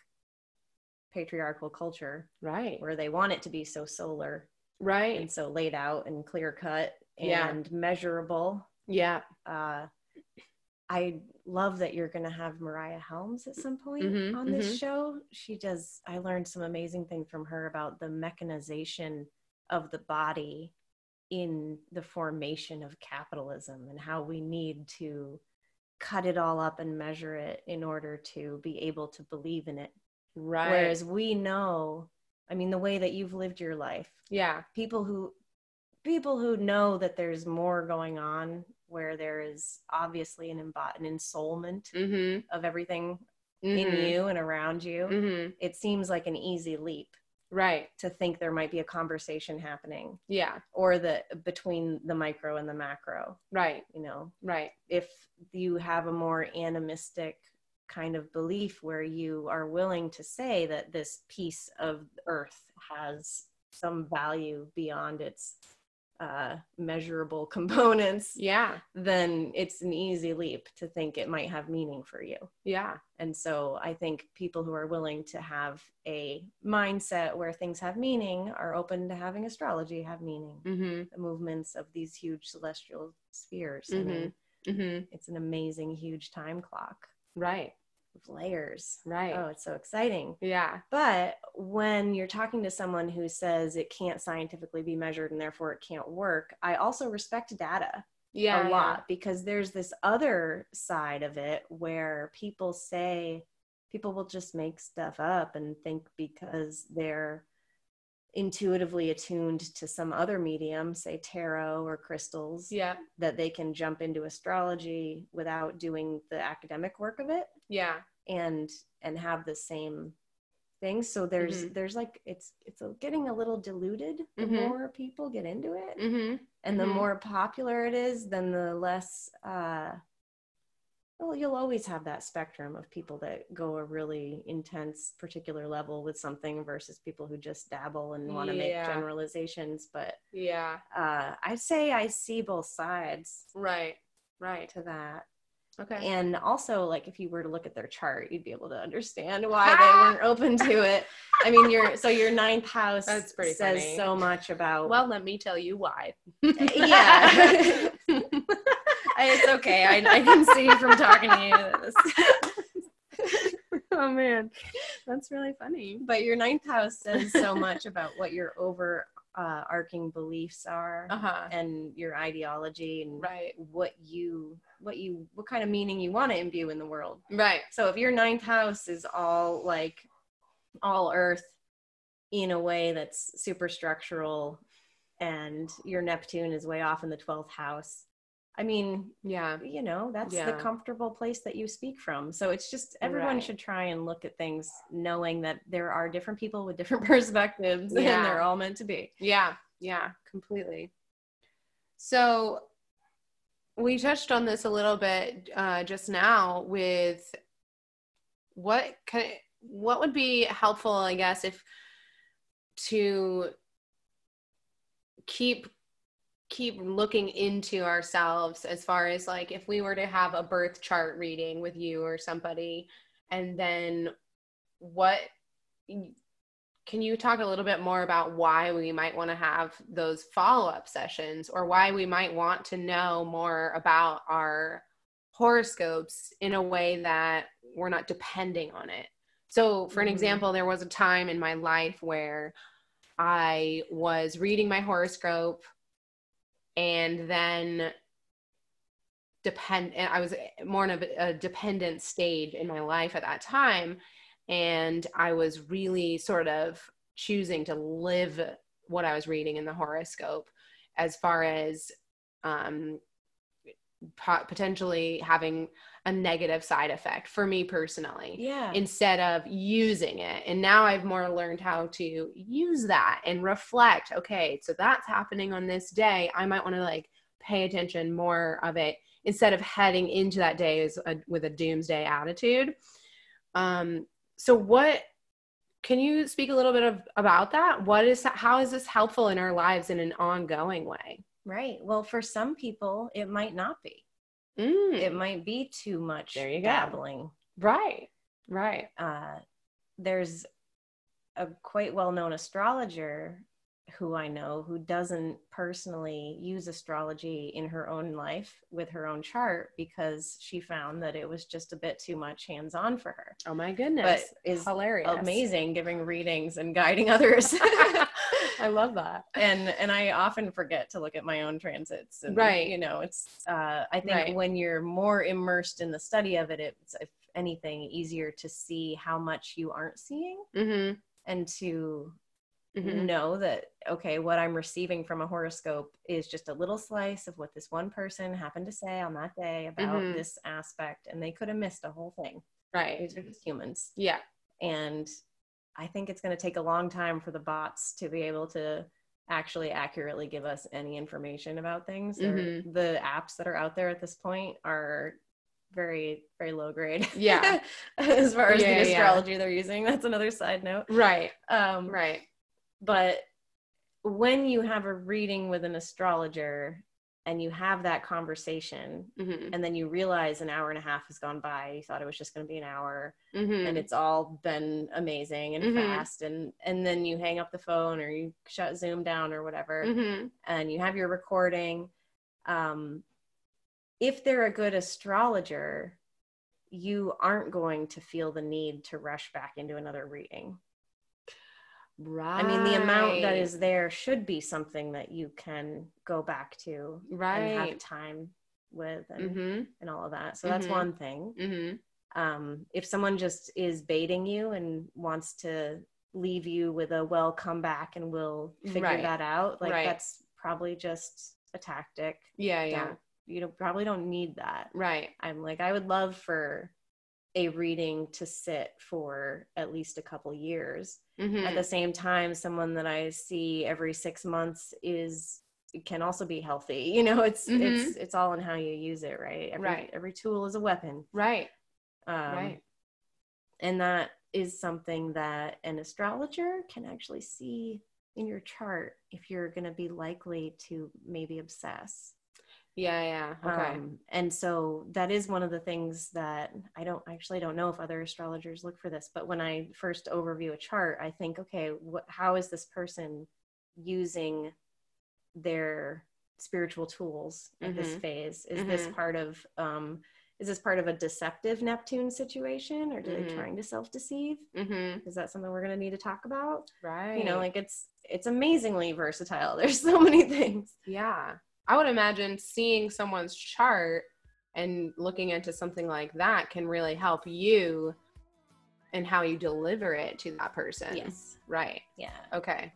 patriarchal culture right. where they want it to be so solar Right. and so laid out and clear cut Yeah. and measurable. Yeah. Uh, I love that you're going to have Mariah Helms at some point Mhm, on this show. She does. I learned some amazing thing from her about the mechanization of the body in the formation of capitalism and how we need to cut it all up and measure it in order to be able to believe in it. Right. Whereas we know, I mean, the way that you've lived your life, yeah. people who people who know that there's more going on where there is obviously an, embod- an ensoulment Mm-hmm. of everything in mm-hmm. you and around you Mm-hmm. it seems like an easy leap Right. to think there might be a conversation happening Yeah. or the between the micro and the macro Right. you know Right. if you have a more animistic kind of belief where you are willing to say that this piece of earth has some value beyond its uh, measurable components, Yeah. then it's an easy leap to think it might have meaning for you. Yeah. And so I think people who are willing to have a mindset where things have meaning are open to having astrology have meaning, Mm-hmm. the movements of these huge celestial spheres. I Mhm. mean, Mm-hmm. it's an amazing huge time clock Right. with layers Right. oh it's so exciting Yeah. but when you're talking to someone who says it can't scientifically be measured and therefore it can't work i also respect data Yeah. a yeah. lot because there's this other side of it where people say people will just make stuff up and think because they're intuitively attuned to some other medium say tarot or crystals Yeah. that they can jump into astrology without doing the academic work of it Yeah. and and have the same thing so there's Mm-hmm. there's like it's it's a- getting a little diluted the Mhm. more people get into it Mm-hmm. and the mhm. more popular it is then the less uh well you'll always have that spectrum of people that go a really intense particular level with something versus people who just dabble and want to Yeah. make generalizations but Yeah. uh i say i see both sides Right. Right. to that Okay. and also, like if you were to look at their chart, you'd be able to understand why they weren't open to it. I mean, your so your ninth house That's pretty says funny. so much about. well, let me tell you why. yeah, it's okay. I, I can see from talking to you. that this- oh man, that's really funny. But your ninth house says so much about what your over uh, arching beliefs are Uh huh. and your ideology and Right. what you what you what kind of meaning you want to imbue in the world. Right. So if your ninth house is all like all earth in a way that's super structural and your Neptune is way off in the 12th house, I mean, Yeah. you know, that's the Yeah. comfortable place that you speak from. So it's just everyone Right. should try and look at things knowing that there are different people with different perspectives Yeah. and they're all meant to be. Yeah. Yeah. Completely. So we touched on this a little bit uh, just now with what can what would be helpful, I guess, if to keep keep looking into ourselves as far as like if we were to have a birth chart reading with you or somebody and then what can you talk a little bit more about why we might want to have those follow-up sessions or why we might want to know more about our horoscopes in a way that we're not depending on it so for an Mhm. example there was a time in my life where i was reading my horoscope and then depend and i was more in a, a dependent stage in my life at that time and i was really sort of choosing to live what i was reading in the horoscope as far as um, po- potentially having a negative side effect for me personally Yeah. instead of using it. And now I've more learned how to use that and reflect. Okay, so that's happening on this day. I might want to like pay attention more of it instead of heading into that day as a, with a doomsday attitude. Um, so what can you speak a little bit of, about that? What is how is this helpful in our lives in an ongoing way? right. Well, for some people, it might not be. Mm, It might be too much There you go. dabbling. right, right. uh, there's a quite well known astrologer who I know who doesn't personally use astrology in her own life with her own chart because she found that it was just a bit too much hands on for her. Oh my goodness. But is Hilarious. Amazing giving readings and guiding others. I love that. and and I often forget to look at my own transits. And, Right. You know, it's uh, I think Right. when you're more immersed in the study of it, it's if anything easier to see how much you aren't seeing Mm-hmm. and to Mm-hmm. know that okay what i'm receiving from a horoscope is just a little slice of what this one person happened to say on that day about Mm-hmm. Mhm. this aspect and they could have missed a whole thing Right. these are just humans Yeah. and i think it's going to take a long time for the bots to be able to actually accurately give us any information about things They're- Mm-hmm. Mhm. the apps that are out there at this point are very very low grade Yeah. as far as Yeah, the yeah. astrology they're using that's another side note Right. um, Right. but when you have a reading with an astrologer and you have that conversation Mm-hmm. and then you realize an hour and a half has gone by you thought it was just going to be an hour Mm-hmm. and it's all been amazing and Mhm. fast and and then you hang up the phone or you shut zoom down or whatever mm-hmm. and you have your recording um if they're a good astrologer you aren't going to feel the need to rush back into another reading Right. I mean, the amount that is there should be something that you can go back to and have Right. time with and, Mm-hmm. and all of that. So that's Mhm. one thing. Mm-hmm. Um, if someone just is baiting you and wants to leave you with a, well, come back and we'll figure Right. that out, like Right. that's probably just a tactic. Yeah, yeah. Don't, you don't, probably don't need that. Right. I'm like, I would love for a reading to sit for at least a couple years Mm-hmm. at the same time someone that i see every six months is can also be healthy you know it's it's it's all in how you use it right every, Mm-hmm. Right. every tool is a weapon right. um, right. and that is something that an astrologer can actually see in your chart if you're going to be likely to maybe obsess Yeah, yeah. Okay. um, and so that is one of the things that I don't I actually don't know if other astrologers look for this, but when I first overview a chart, I think, okay, what, how is this person using their spiritual tools at this Mhm. phase? Is this Mhm. part of um, is this part of a deceptive Neptune situation, or are Mhm. they trying to self deceive? mm-hmm. Is that something we're going to need to talk about? Right. You know, like it's it's amazingly versatile. There's so many things. Yeah. I would imagine seeing someone's chart and looking into something like that can really help you and how you deliver it to that person. Right. Yeah. Okay.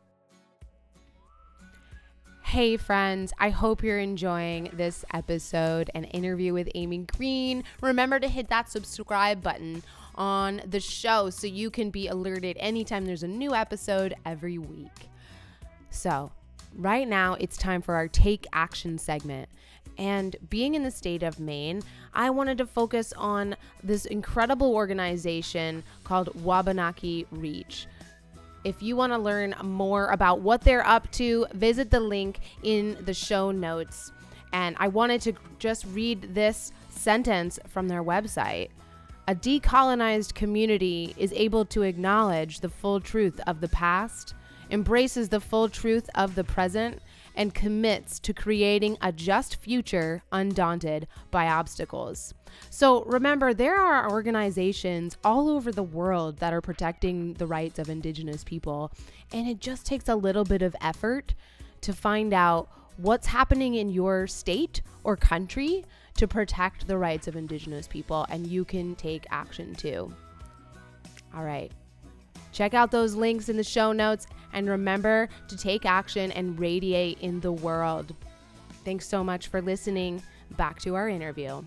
Hey, friends, I hope you're enjoying this episode and interview with Amy Green. Remember to hit that subscribe button on the show so you can be alerted anytime there's a new episode every week. So, right now it's time for our Take Action segment. And being in the state of Maine, I wanted to focus on this incredible organization called Wabanaki Reach. If you want to learn more about what they're up to, visit the link in the show notes. And I wanted to just read this sentence from their website. A decolonized community is able to acknowledge the full truth of the past, embraces the full truth of the present, and commits to creating a just future undaunted by obstacles. So remember, there are organizations all over the world that are protecting the rights of Indigenous people, and it just takes a little bit of effort to find out what's happening in your state or country to protect the rights of Indigenous people, and you can take action too. All right. Check out those links in the show notes and remember to take action and radiate in the world. Thanks so much for listening. Back to our interview.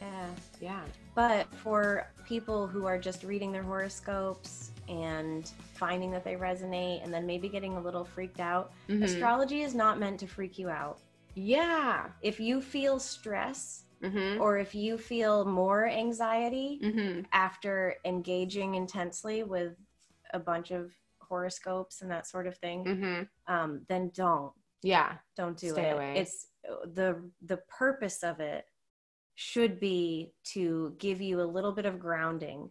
Yeah. Yeah. But for people who are just reading their horoscopes and finding that they resonate and then maybe getting a little freaked out, Mm-hmm. Hmm. astrology is not meant to freak you out. Yeah. If you feel stress Mm-hmm. or if you feel more anxiety Mm-hmm. after engaging intensely with a bunch of horoscopes and that sort of thing, Mm-hmm. um, then don't Yeah. don't do Stay it. away. It's uh, the the purpose of it should be to give you a little bit of grounding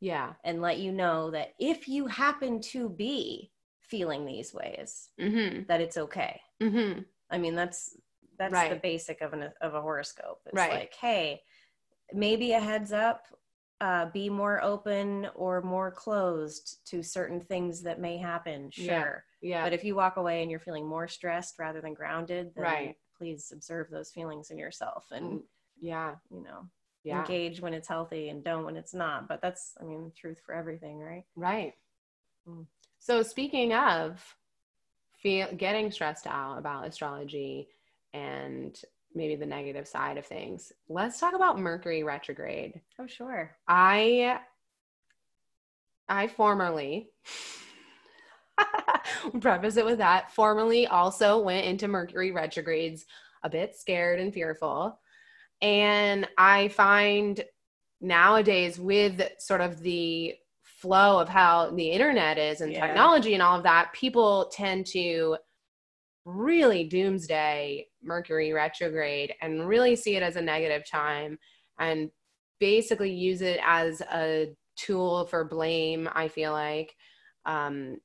Yeah. and let you know that if you happen to be feeling these ways Mm-hmm. that it's okay Mm-hmm. i mean that's that's the Right. basic of an of a horoscope it's Right. like hey maybe a heads up uh, be more open or more closed to certain things that may happen sure Yeah. Yeah. but if you walk away and you're feeling more stressed rather than grounded then Right. please observe those feelings in yourself and yeah. you know Yeah. engage when it's healthy and don't when it's not but that's i mean truth for everything right Right. Mm. So speaking of feel getting stressed out about astrology and maybe the negative side of things, let's talk about Mercury retrograde. oh sure I I formerly preface it with that formerly also went into Mercury retrogrades a bit scared and fearful. And I find nowadays with sort of the flow of how the internet is and Yeah. technology and all of that, people tend to really doomsday Mercury retrograde and really see it as a negative time and basically use it as a tool for blame, I feel like. Um,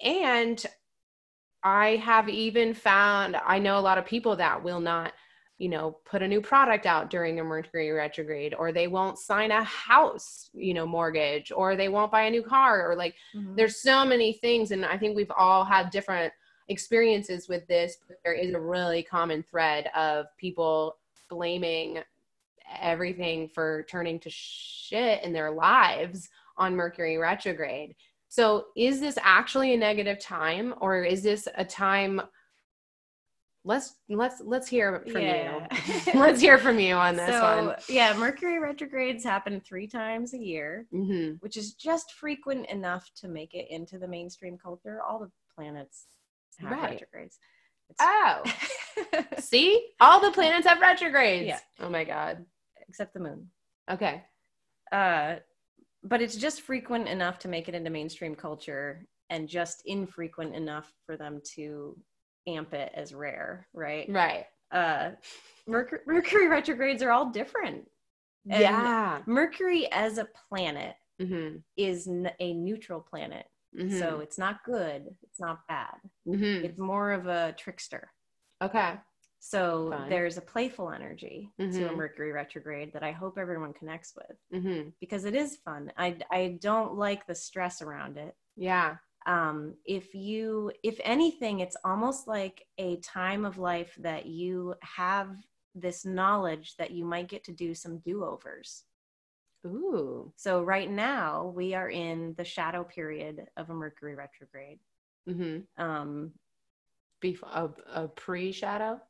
and I have even found, I know a lot of people that will not, you know, put a new product out during a Mercury retrograde, or they won't sign a house, you know, mortgage, or they won't buy a new car, or like, Mm-hmm. there's so many things and i think we've all had different experiences with this but there is a really common thread of people blaming everything for turning to shit in their lives on mercury retrograde so is this actually a negative time or is this a time let's let's let's hear from Yeah. you let's hear from you on this so yeah mercury retrogrades happen three times a year one hmm which is just frequent enough to make it into the mainstream culture all the planets have Right. retrogrades It's- oh see all the planets have retrogrades Yeah. oh my god except the moon okay uh, but it's just frequent enough to make it into mainstream culture and just infrequent enough for them to amp it as rare right Right. uh, Mercury, Mercury retrogrades are all different. And- yeah. Mercury as a planet Mhm. is n- a neutral planet, Mhm. so it's not good, it's not bad. Mhm. It's more of a trickster. okay. So Fun. there's a playful energy to a Mhm. Mercury retrograde that I hope everyone connects with Mhm. because it is fun. I I don't like the stress around it. Yeah. um, if you if anything it's almost like a time of life that you have this knowledge that you might get to do some do-overs Ooh. so right now we are in the shadow period of a mercury retrograde Mhm. um Before a, a pre-shadow,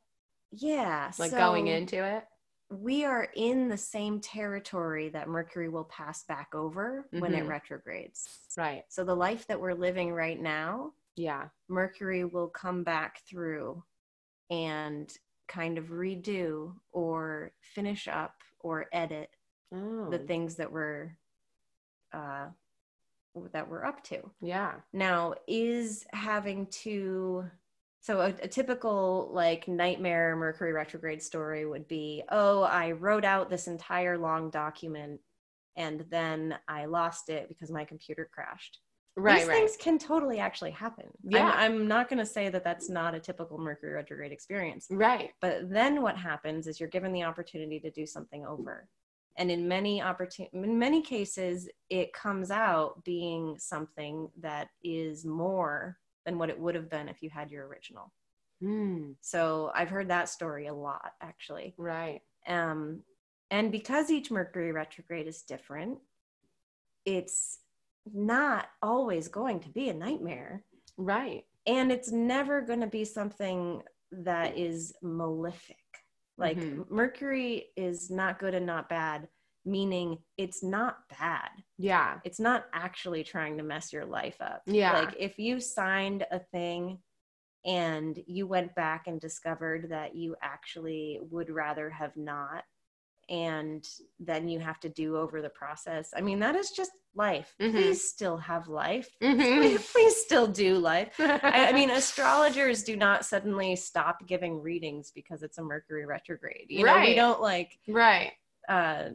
yeah like so going into it. we are in the same territory that mercury will pass back over when it Mhm. retrogrades Right. so the life that we're living right now Yeah. Mercury will come back through and kind of redo or finish up or edit Oh. the things that we're uh, that we're up to. Yeah. Now is having to so a, a typical like nightmare Mercury retrograde story would be, oh, I wrote out this entire long document and then I lost it because my computer crashed Right. these right. things can totally actually happen. I'm- Yeah. I'm, not going to say that that's not a typical Mercury retrograde experience. right. But then what happens is you're given the opportunity to do something over. And in many opportun- in many cases, it comes out being something that is more than what it would have been if you had your original. Mm. So I've heard that story a lot, actually. Right. Um, and because each Mercury retrograde is different, it's not always going to be a nightmare. Right. And it's never going to be something that is malefic. Like Mhm. Mercury is not good and not bad, meaning it's not bad. Yeah. It's not actually trying to mess your life up. Yeah. Like if you signed a thing and you went back and discovered that you actually would rather have not and then you have to do over the process. I mean, that is just life. Mhm. Please still have life. Mhm. Please, please still do life. I, I mean, astrologers do not suddenly stop giving readings because it's a Mercury retrograde. You know, we Right. don't like right. uh,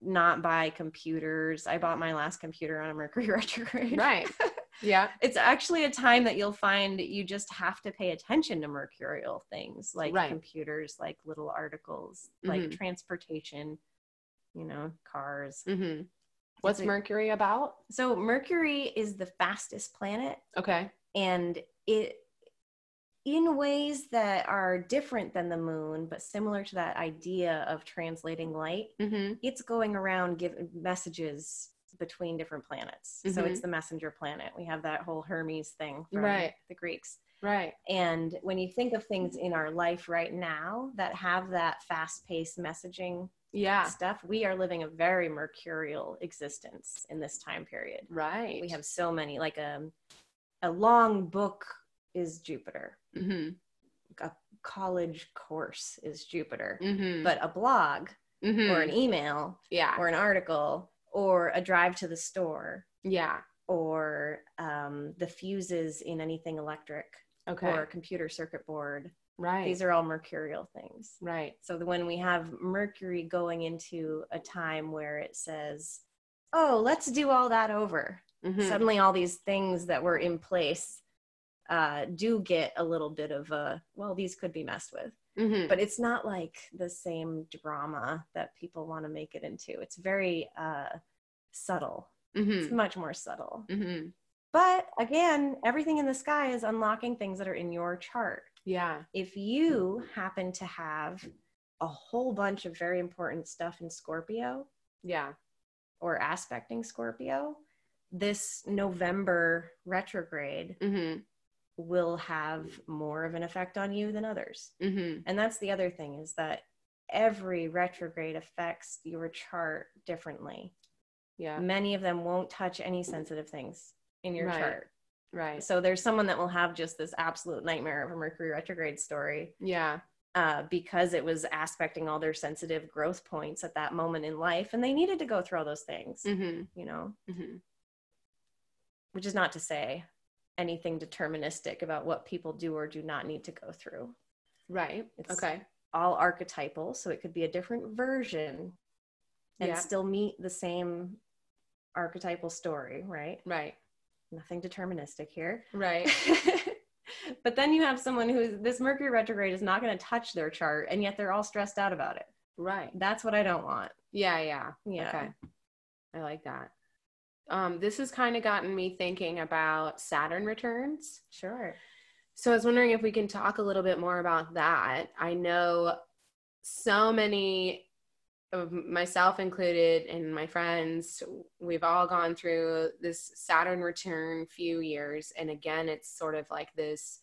not buy computers. I bought my last computer on a Mercury retrograde. Right. Yeah. it's actually a time that you'll find you just have to pay attention to mercurial things like Right. computers, like little articles, like Mhm. transportation, you know, cars. Mm-hmm. What's It's a- Mercury about? So Mercury is the fastest planet Okay. and it in ways that are different than the moon but similar to that idea of translating light Mm-hmm. it's going around giving messages between different planets so it's the messenger planet we have that whole hermes thing from Right. the greeks Right. and when you think of things in our life right now that have that fast-paced messaging Yeah. stuff we are living a very mercurial existence in this time period Right. we have so many like um a long book is jupiter Mm-hmm. college course is jupiter Mm-hmm. but a blog mm-hmm. or an email yeah. or an article or a drive to the store yeah. or um, the fuses in anything electric Okay. or a computer circuit board right. these are all mercurial things right. so the- when we have mercury going into a time where it says oh let's do all that over Mhm. suddenly all these things that were in place uh, do get a little bit of a well these could be messed with Mhm. but it's not like the same drama that people want to make it into it's very uh, subtle Mhm. it's much more subtle Mhm. but again everything in the sky is unlocking things that are in your chart Yeah. if you happen to have a whole bunch of very important stuff in scorpio Yeah. or aspecting scorpio this november retrograde Mhm. will have more of an effect on you than others. Mhm. And that's the other thing is that every retrograde affects your chart differently. Yeah. Many of them won't touch any sensitive things in your Right. chart. Right. So there's someone that will have just this absolute nightmare of a Mercury retrograde story Yeah. uh, because it was aspecting all their sensitive growth points at that moment in life. And they needed to go through all those things, Mhm. you know, Mhm. which is not to say anything deterministic about what people do or do not need to go through. Right. It's- okay. all archetypal, so it could be a different version and Yeah. still meet the same archetypal story, right? Right. Nothing deterministic here. Right. but then you have someone who's this Mercury retrograde is not going to touch their chart, and yet they're all stressed out about it. Right. That's what I don't want. Yeah. Yeah. Yeah. Okay. I like that. Um, this has kind of gotten me thinking about Saturn returns. Sure. So I was wondering if we can talk a little bit more about that. I know so many of myself included and my friends, we've all gone through this Saturn return few years. And again, it's sort of like this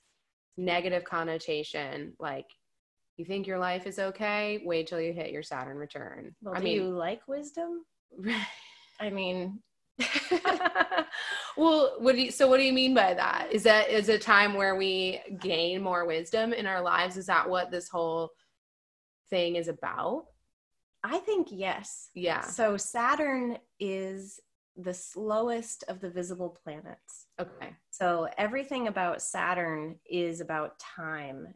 negative connotation like, you think your life is okay? Wait till you hit your Saturn return. Well, I do you mean, like wisdom? I mean, well, what do you, so what do you mean by that? Is that is a time where we gain more wisdom in our lives? Is that what this whole thing is about? I think yes. Yeah. So Saturn is the slowest of the visible planets. Okay. So everything about Saturn is about time.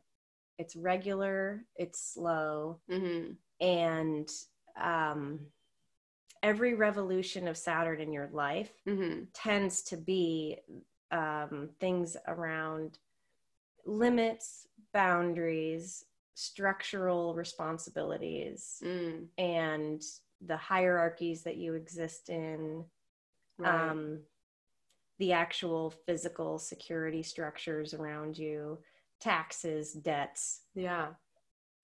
It's regular, it's slow, Mm-hmm. and um, every revolution of Saturn in your life Mm-hmm. tends to be um, things around limits, boundaries, structural responsibilities, Mm. and the hierarchies that you exist in Right. um, the actual physical security structures around you, taxes, debts, yeah.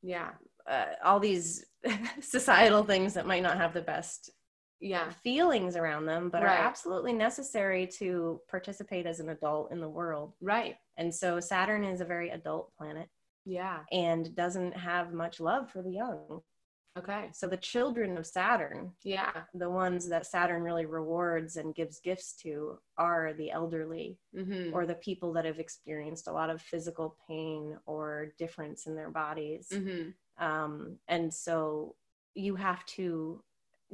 Yeah. uh, all these societal things that might not have the best Yeah. feelings around them, but Right. are absolutely necessary to participate as an adult in the world. Right. And so Saturn is a very adult planet Yeah. and doesn't have much love for the young. Okay. So the children of Saturn, Yeah. the ones that Saturn really rewards and gives gifts to, are the elderly Mm-hmm. or the people that have experienced a lot of physical pain or difference in their bodies. mm-hmm. Um, and so you have to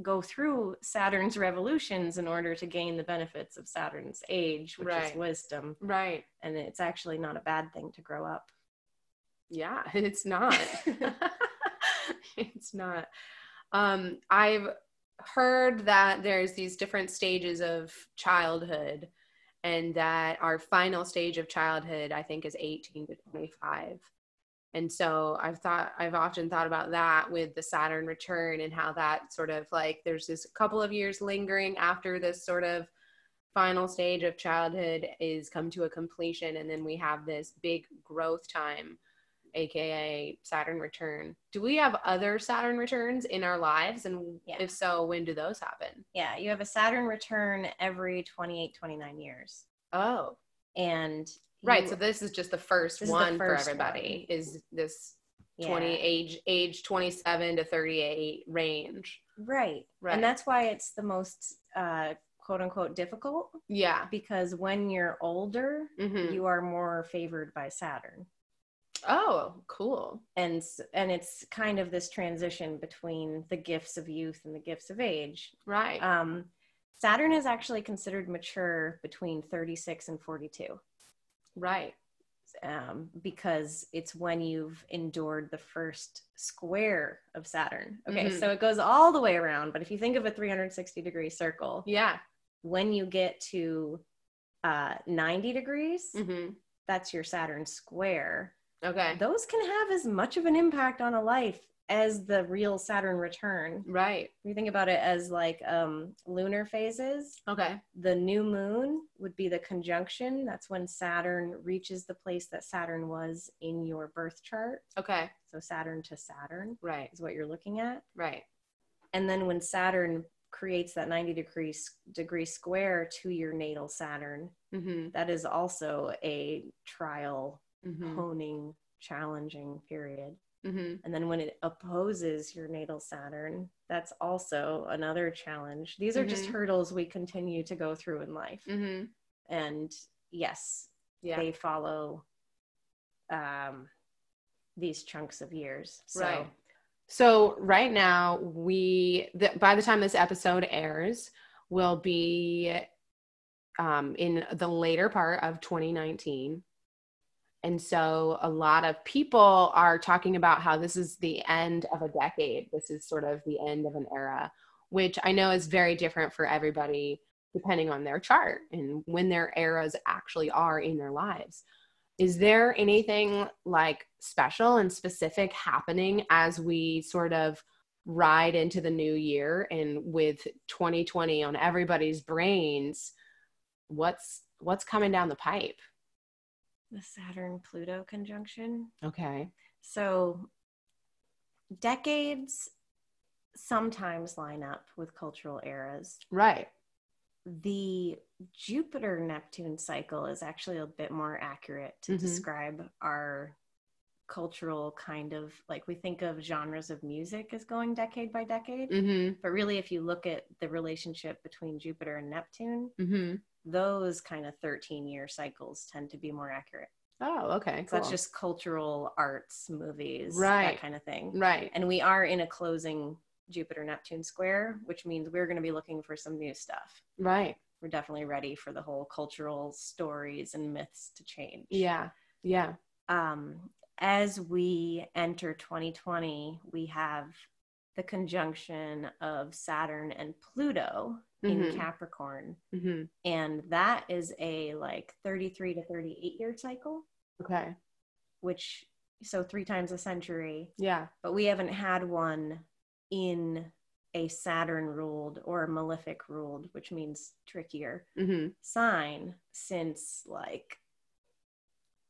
go through Saturn's revolutions in order to gain the benefits of Saturn's age, which Right. is wisdom. Right. And it's actually not a bad thing to grow up. Yeah. It's not. it's not. Um, I've heard that there's these different stages of childhood and that our final stage of childhood i think is 18 to 25 and so i've thought i've often thought about that with the saturn return and how that sort of like there's this couple of years lingering after this sort of final stage of childhood is come to a completion and then we have this big growth time aka saturn return do we have other saturn returns in our lives and Yeah. if so when do those happen Yeah, you have a Saturn return every 28, 29 years. oh And right you- so this is just the first This is the one first for everybody is this yeah. 20 age age 27 to 38 range Right. Right. And that's why it's the most uh, quote unquote difficult yeah because when you're older, hmm you are more favored by Saturn. oh cool And, s- and it's kind of this transition between the gifts of youth and the gifts of age. right Um, Saturn is actually considered mature between 36 and 42 right um, because it's when you've endured the first square of Saturn. Okay, Mhm. so it goes all the way around, but if you think of a 360 degree circle, yeah when you get to uh, 90 degrees, hmm that's your Saturn square. okay Those can have as much of an impact on a life as the real Saturn return. right If you think about it as like um, lunar phases, okay the new moon would be the conjunction. That's when Saturn reaches the place that Saturn was in your birth chart. okay So Saturn to Saturn right is what you're looking at. right And then when Saturn creates that 90 degree, degree square to your natal Saturn, hmm that is also a trial, hmm honing, challenging period. hmm And then when it opposes your natal Saturn, that's also another challenge. These are just Mhm. hurdles we continue to go through in life. hmm And yes, yeah they follow um, these chunks of years. So, Right. So right now, we the, by the time this episode airs, will be um, in the later part of 2019, and so a lot of people are talking about how this is the end of a decade. This is sort of the end of an era, which I know is very different for everybody depending on their chart and when their eras actually are in their lives is there anything like special and specific happening as we sort of ride into the new year and with 2020 on everybody's brains what's what's coming down the pipe the Saturn Pluto conjunction. okay So, decades sometimes line up with cultural eras. right The Jupiter Neptune cycle is actually a bit more accurate to Mhm. describe our cultural kind of like we think of genres of music as going decade by decade. mm-hmm But really, if you look at the relationship between Jupiter and Neptune, mm-hmm those kind of 13 year cycles tend to be more accurate. oh okay So that's cool. just cultural arts, movies, Right. that kind of thing. right And we are in a closing Jupiter Neptune square, which means we're going to be looking for some new stuff. right We're definitely ready for the whole cultural stories and myths to change. yeah yeah Um, as we enter 2020, we have the conjunction of Saturn and Pluto in Mhm. Capricorn. mm-hmm And that is a like 33 to 38 year cycle, okay which so three times a century, yeah but we haven't had one in a Saturn ruled or a malefic ruled, which means trickier mm-hmm sign since like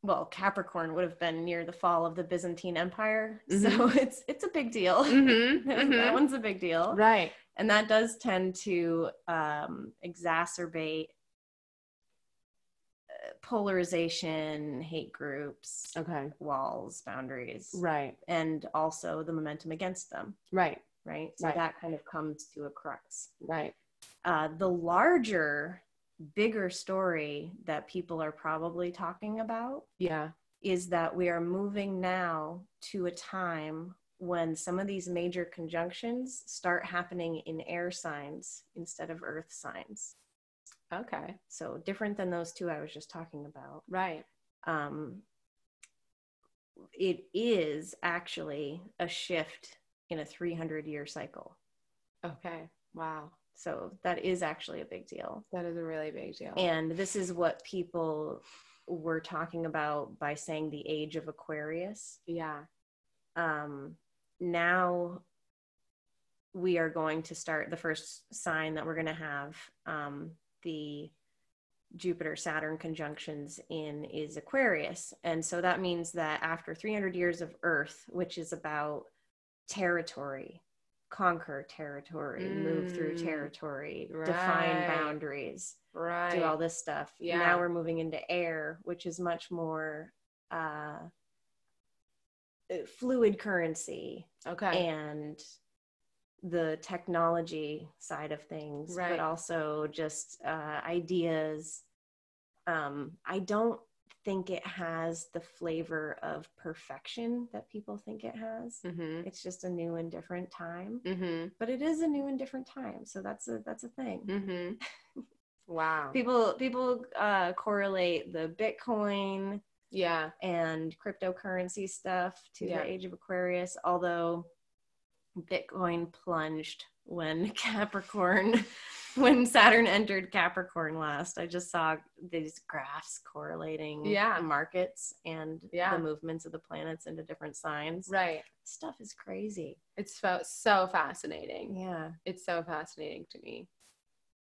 well Capricorn would have been near the fall of the Byzantine Empire. So it's it's a big deal. mm-hmm, that mm-hmm. one's a big deal right and that does tend to um, exacerbate uh, polarization hate groups okay walls boundaries right and also the momentum against them right right so Right. that kind of comes to a crux right uh, the larger bigger story that people are probably talking about yeah is that we are moving now to a time when some of these major conjunctions start happening in air signs instead of earth signs. okay So, different than those two I was just talking about. right Um, it is actually a shift in a 300 year cycle. okay wow So that is actually a big deal. That is a really big deal. And this is what people were talking about by saying the age of Aquarius. yeah. Um, now we are going to start the first sign that we're going to have um, the Jupiter Saturn conjunctions in is Aquarius. And so that means that after 300 years of Earth, which is about territory, conquer territory, move through Mm. territory, define Right. boundaries, Right. do all this stuff. Yeah. Now we're moving into air, which is much more uh, fluid currency okay. and the technology side of things, Right. but also just uh, ideas. Um, I don't think it has the flavor of perfection that people think it has. mm-hmm. It's just a new and different time, Mm-hmm. but it is a new and different time, so that's a that's a thing. Mm-hmm. wow. People people uh, correlate the Bitcoin yeah. and cryptocurrency stuff to Yeah. the age of Aquarius, although Bitcoin plunged when Capricorn, when Saturn entered Capricorn last. I just saw these graphs correlating Yeah. markets and Yeah. the movements of the planets into different signs. Right. Stuff is crazy. It's so, so fascinating. Yeah. It's so fascinating to me.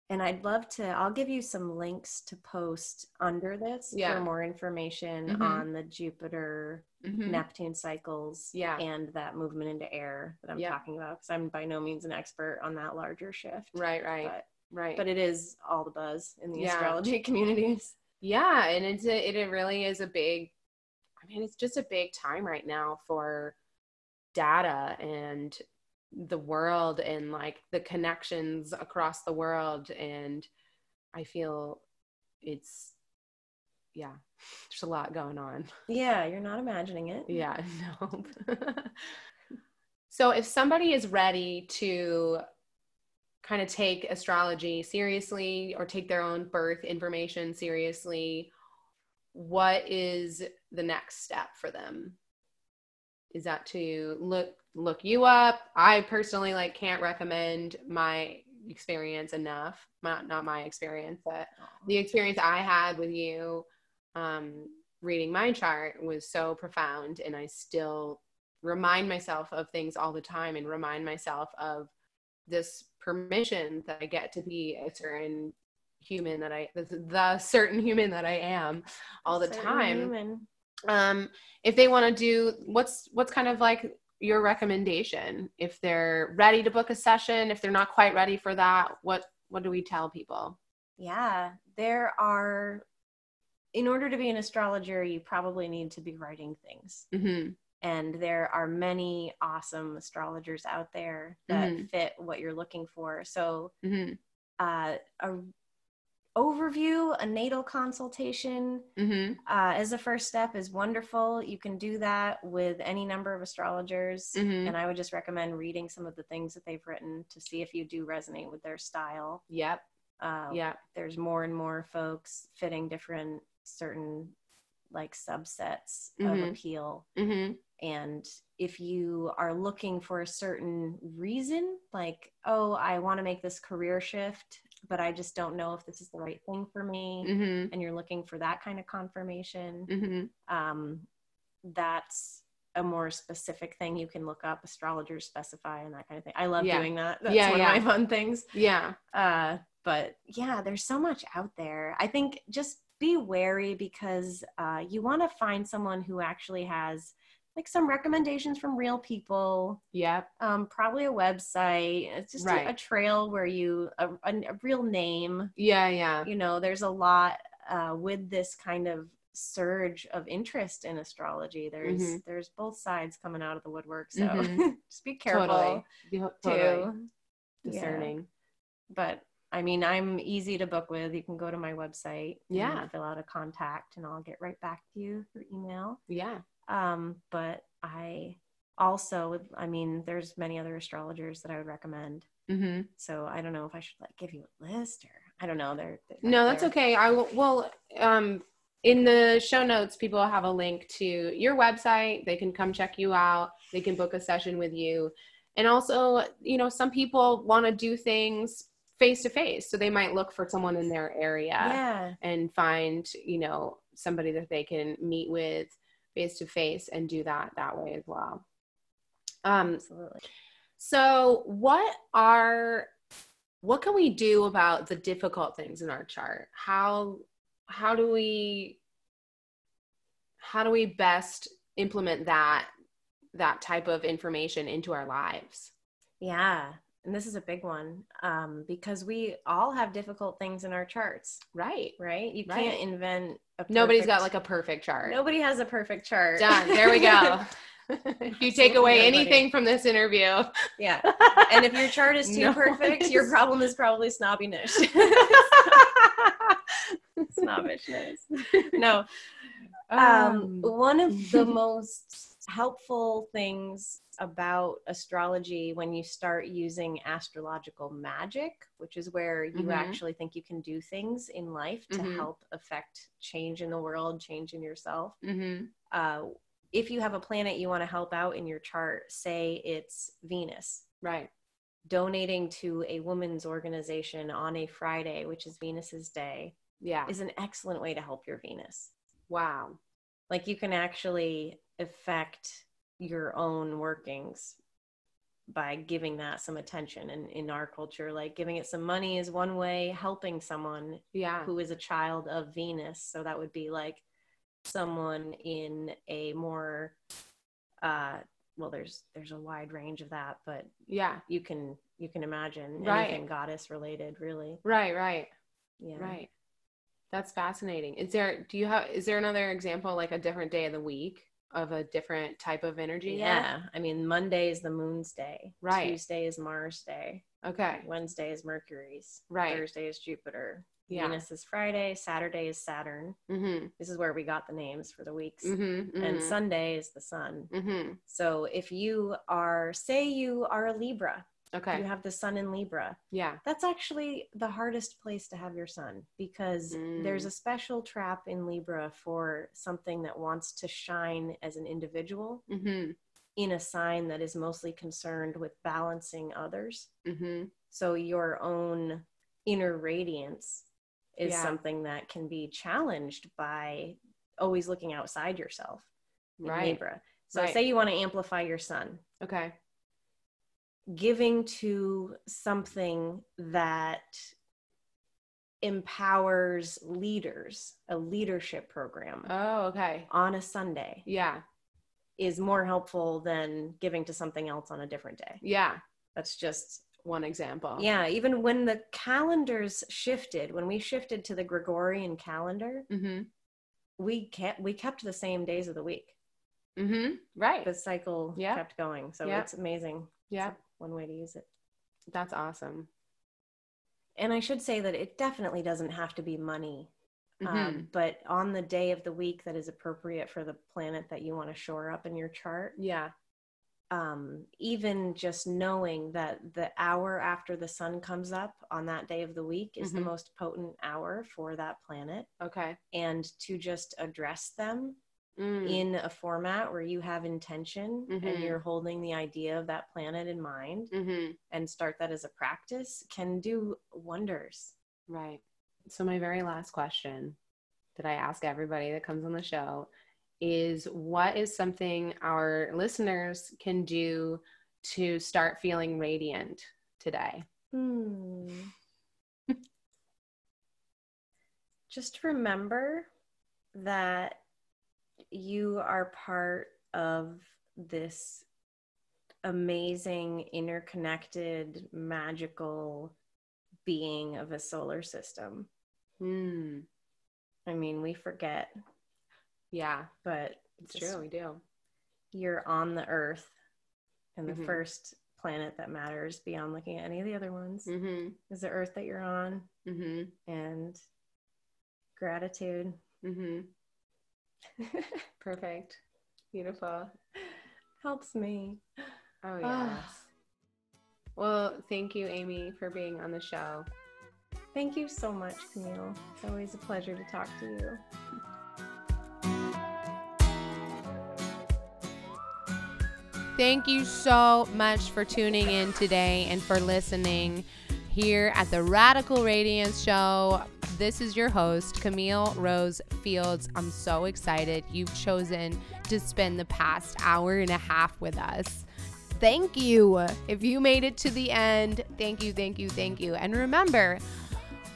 And I'd love to, I'll give you some links to post under this Yeah. for more information Mhm. on the Jupiter Mhm. Neptune cycles Yeah. and that movement into air that I'm Yeah. talking about because I'm by no means an expert on that larger shift. Right. Right. But, right. but it is all the buzz in the Yeah. astrology communities. Yeah, and it's a, it really is a big. I mean, it's just a big time right now for data and the world and like the connections across the world. And I feel it's, yeah, there's a lot going on. Yeah, you're not imagining it. Yeah, no. so if somebody is ready to kind of take astrology seriously or take their own birth information seriously, what is the next step for them? Is that to look look you up? I personally like can't recommend my experience enough. Not not my experience, but the experience I had with you um, reading my chart was so profound, and I still remind myself of things all the time and remind myself of this permission that I get to be a certain human that I, the, the certain human that I am all the Certain time. Human. Um, if they want to do what's, what's kind of like your recommendation, if they're ready to book a session, if they're not quite ready for that, what, what do we tell people? Yeah, there are. In order to be an astrologer, you probably need to be writing things. Mm-hmm. And there are many awesome astrologers out there that Mhm. fit what you're looking for. So Mm-hmm. uh, a overview, a natal consultation Mm-hmm. uh, as a first step is wonderful. You can do that with any number of astrologers. Mhm. And I would just recommend reading some of the things that they've written to see if you do resonate with their style. Yep. Uh, Yep. There's more and more folks fitting different, certain like subsets of Mhm. appeal. Mm-hmm. And if you are looking for a certain reason, like, oh, I want to make this career shift, but I just don't know if this is the right thing for me, Mm-hmm. and you're looking for that kind of confirmation, Mm-hmm. um, that's a more specific thing you can look up. Astrologers specify and that kind of thing. I love Yeah. doing that. That's Yeah, one yeah. of my fun things. Yeah. Uh, but yeah, there's so much out there. I think just be wary because uh, you want to find someone who actually has like some recommendations from real people, Yep. um, probably a website. It's just a- Right. a, trail where you, a, a, a real name, Yeah. Yeah. you know, there's a lot uh, with this kind of surge of interest in astrology. There's, Mhm. there's both sides coming out of the woodwork. So Mhm. just be careful Totally. Yeah, totally. too. Yeah Discerning. but I mean, I'm easy to book with. You can go to my website, and Yeah. fill out a contact, and I'll get right back to you through email. Yeah. Um, but I also, I mean, there's many other astrologers that I would recommend. Mm-hmm. So I don't know if I should like give you a list or I don't know. They're, they're No, that's they're- okay. I will. Well, um, in the show notes, people have a link to your website. They can come check you out. They can book a session with you. And also, you know, some people want to do things face to face. So they might look for someone in their area yeah. and find, you know, somebody that they can meet with face to face and do that that way as well. Um, Absolutely. so what are what can we do about the difficult things in our chart? How how do we how do we best implement that that type of information into our lives? Yeah. And this is a big one um, because we all have difficult things in our charts, Right. right? You Right. can't invent a Nobody's got perfect- like a perfect chart. nobody has a perfect chart. Done. There we go. if you take away Everybody. anything from this interview, yeah. And if your chart is too No perfect, your one problem is probably snobbiness. is- Snobbishness. No. Um, Um, one of the most helpful things about astrology when you start using astrological magic, which is where you Mhm. actually think you can do things in life to Mhm. help affect change in the world, change in yourself. mhm. Uh, if you have a planet you want to help out in your chart, say it's Venus, Right. donating to a women's organization on a Friday, which is Venus's day, Yeah. is an excellent way to help your Venus Wow. like you can actually affect your own workings by giving that some attention and in our culture like giving it some money is one way helping someone Yeah. who is a child of venus so that would be like someone in a more uh well there's there's a wide range of that but Yeah. you can you can imagine Right. anything goddess related really Right. Right. yeah Right. That's fascinating. Is there, do you have, is there another example, like a different day of the week of a different type of energy? yeah i mean monday is the moon's day Right. tuesday is mars day Okay. Wednesday is Mercury's. Right. Thursday is Jupiter. Yeah. Venus is Friday. Saturday is Saturn. Mm-hmm. This is where we got the names for the weeks. Mm-hmm. And Sunday is the sun. mm-hmm. So if you are, say, you are a Libra, you Okay. have the sun in Libra. Yeah. That's actually the hardest place to have your sun because Mm. there's a special trap in Libra for something that wants to shine as an individual Mm-hmm. in a sign that is mostly concerned with balancing others. Mm-hmm. So your own inner radiance is Yeah. something that can be challenged by always looking outside yourself in Right. Libra. So Right. say you want to amplify your sun, Okay. giving to something that empowers leaders, a leadership program Oh, okay. on a Sunday Yeah. is more helpful than giving to something else on a different day. Yeah. That's just One example. Yeah, even when the calendars shifted, when we shifted to the Gregorian calendar, Mm-hmm. we kept we kept the same days of the week. Mm-hmm. Right. The cycle Yeah. kept going, so Yeah. it's amazing. Yeah. One way to use it. That's awesome. And I should say that it definitely doesn't have to be money, Mhm. um, but on the day of the week that is appropriate for the planet that you want to shore up in your chart, yeah. um, even just knowing that the hour after the sun comes up on that day of the week is Mhm. the most potent hour for that planet. Okay. and to just address them Mm. in a format where you have intention Mhm. and you're holding the idea of that planet in mind mm-hmm. and start that as a practice can do wonders. Right. So my very last question that I ask everybody that comes on the show is what is something our listeners can do to start feeling radiant today? Hmm. just remember that you are part of this amazing, interconnected, magical being of a solar system. Mm. I mean, we forget, Yeah, but it's just true. We do. you're on the earth and the Mhm. first planet that matters beyond looking at any of the other ones Mm-hmm. is the earth that you're on Mm-hmm. and gratitude Mm-hmm. Perfect. Beautiful. helps me Oh, Ah. yes. Well, thank you, Amy, for being on the show. thank you so much camille it's always a pleasure to talk to you Thank you so much for tuning in today and for listening. here at the Radical Radiance Show. This is your host, Camille Rose Fields. I'm so excited you've chosen to spend the past hour and a half with us. Thank you. If you made it to the end, thank you, thank you, thank you. And remember,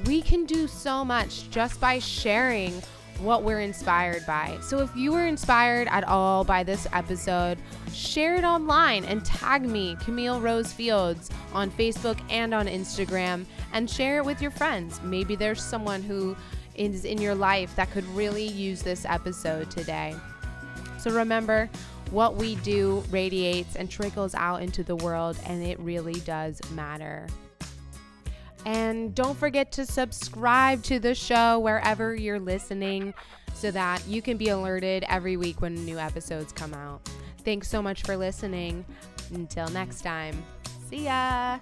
we can do so much just by sharing what we're inspired by. So if you were inspired at all by this episode, share it online and tag me, Camille Rose Fields, on Facebook and on Instagram, and share it with your friends. Maybe there's someone who is in your life that could really use this episode today. So remember, what we do radiates and trickles out into the world, and it really does matter. And don't forget to subscribe to the show wherever you're listening so that you can be alerted every week when new episodes come out. Thanks so much for listening. Until next time, see ya.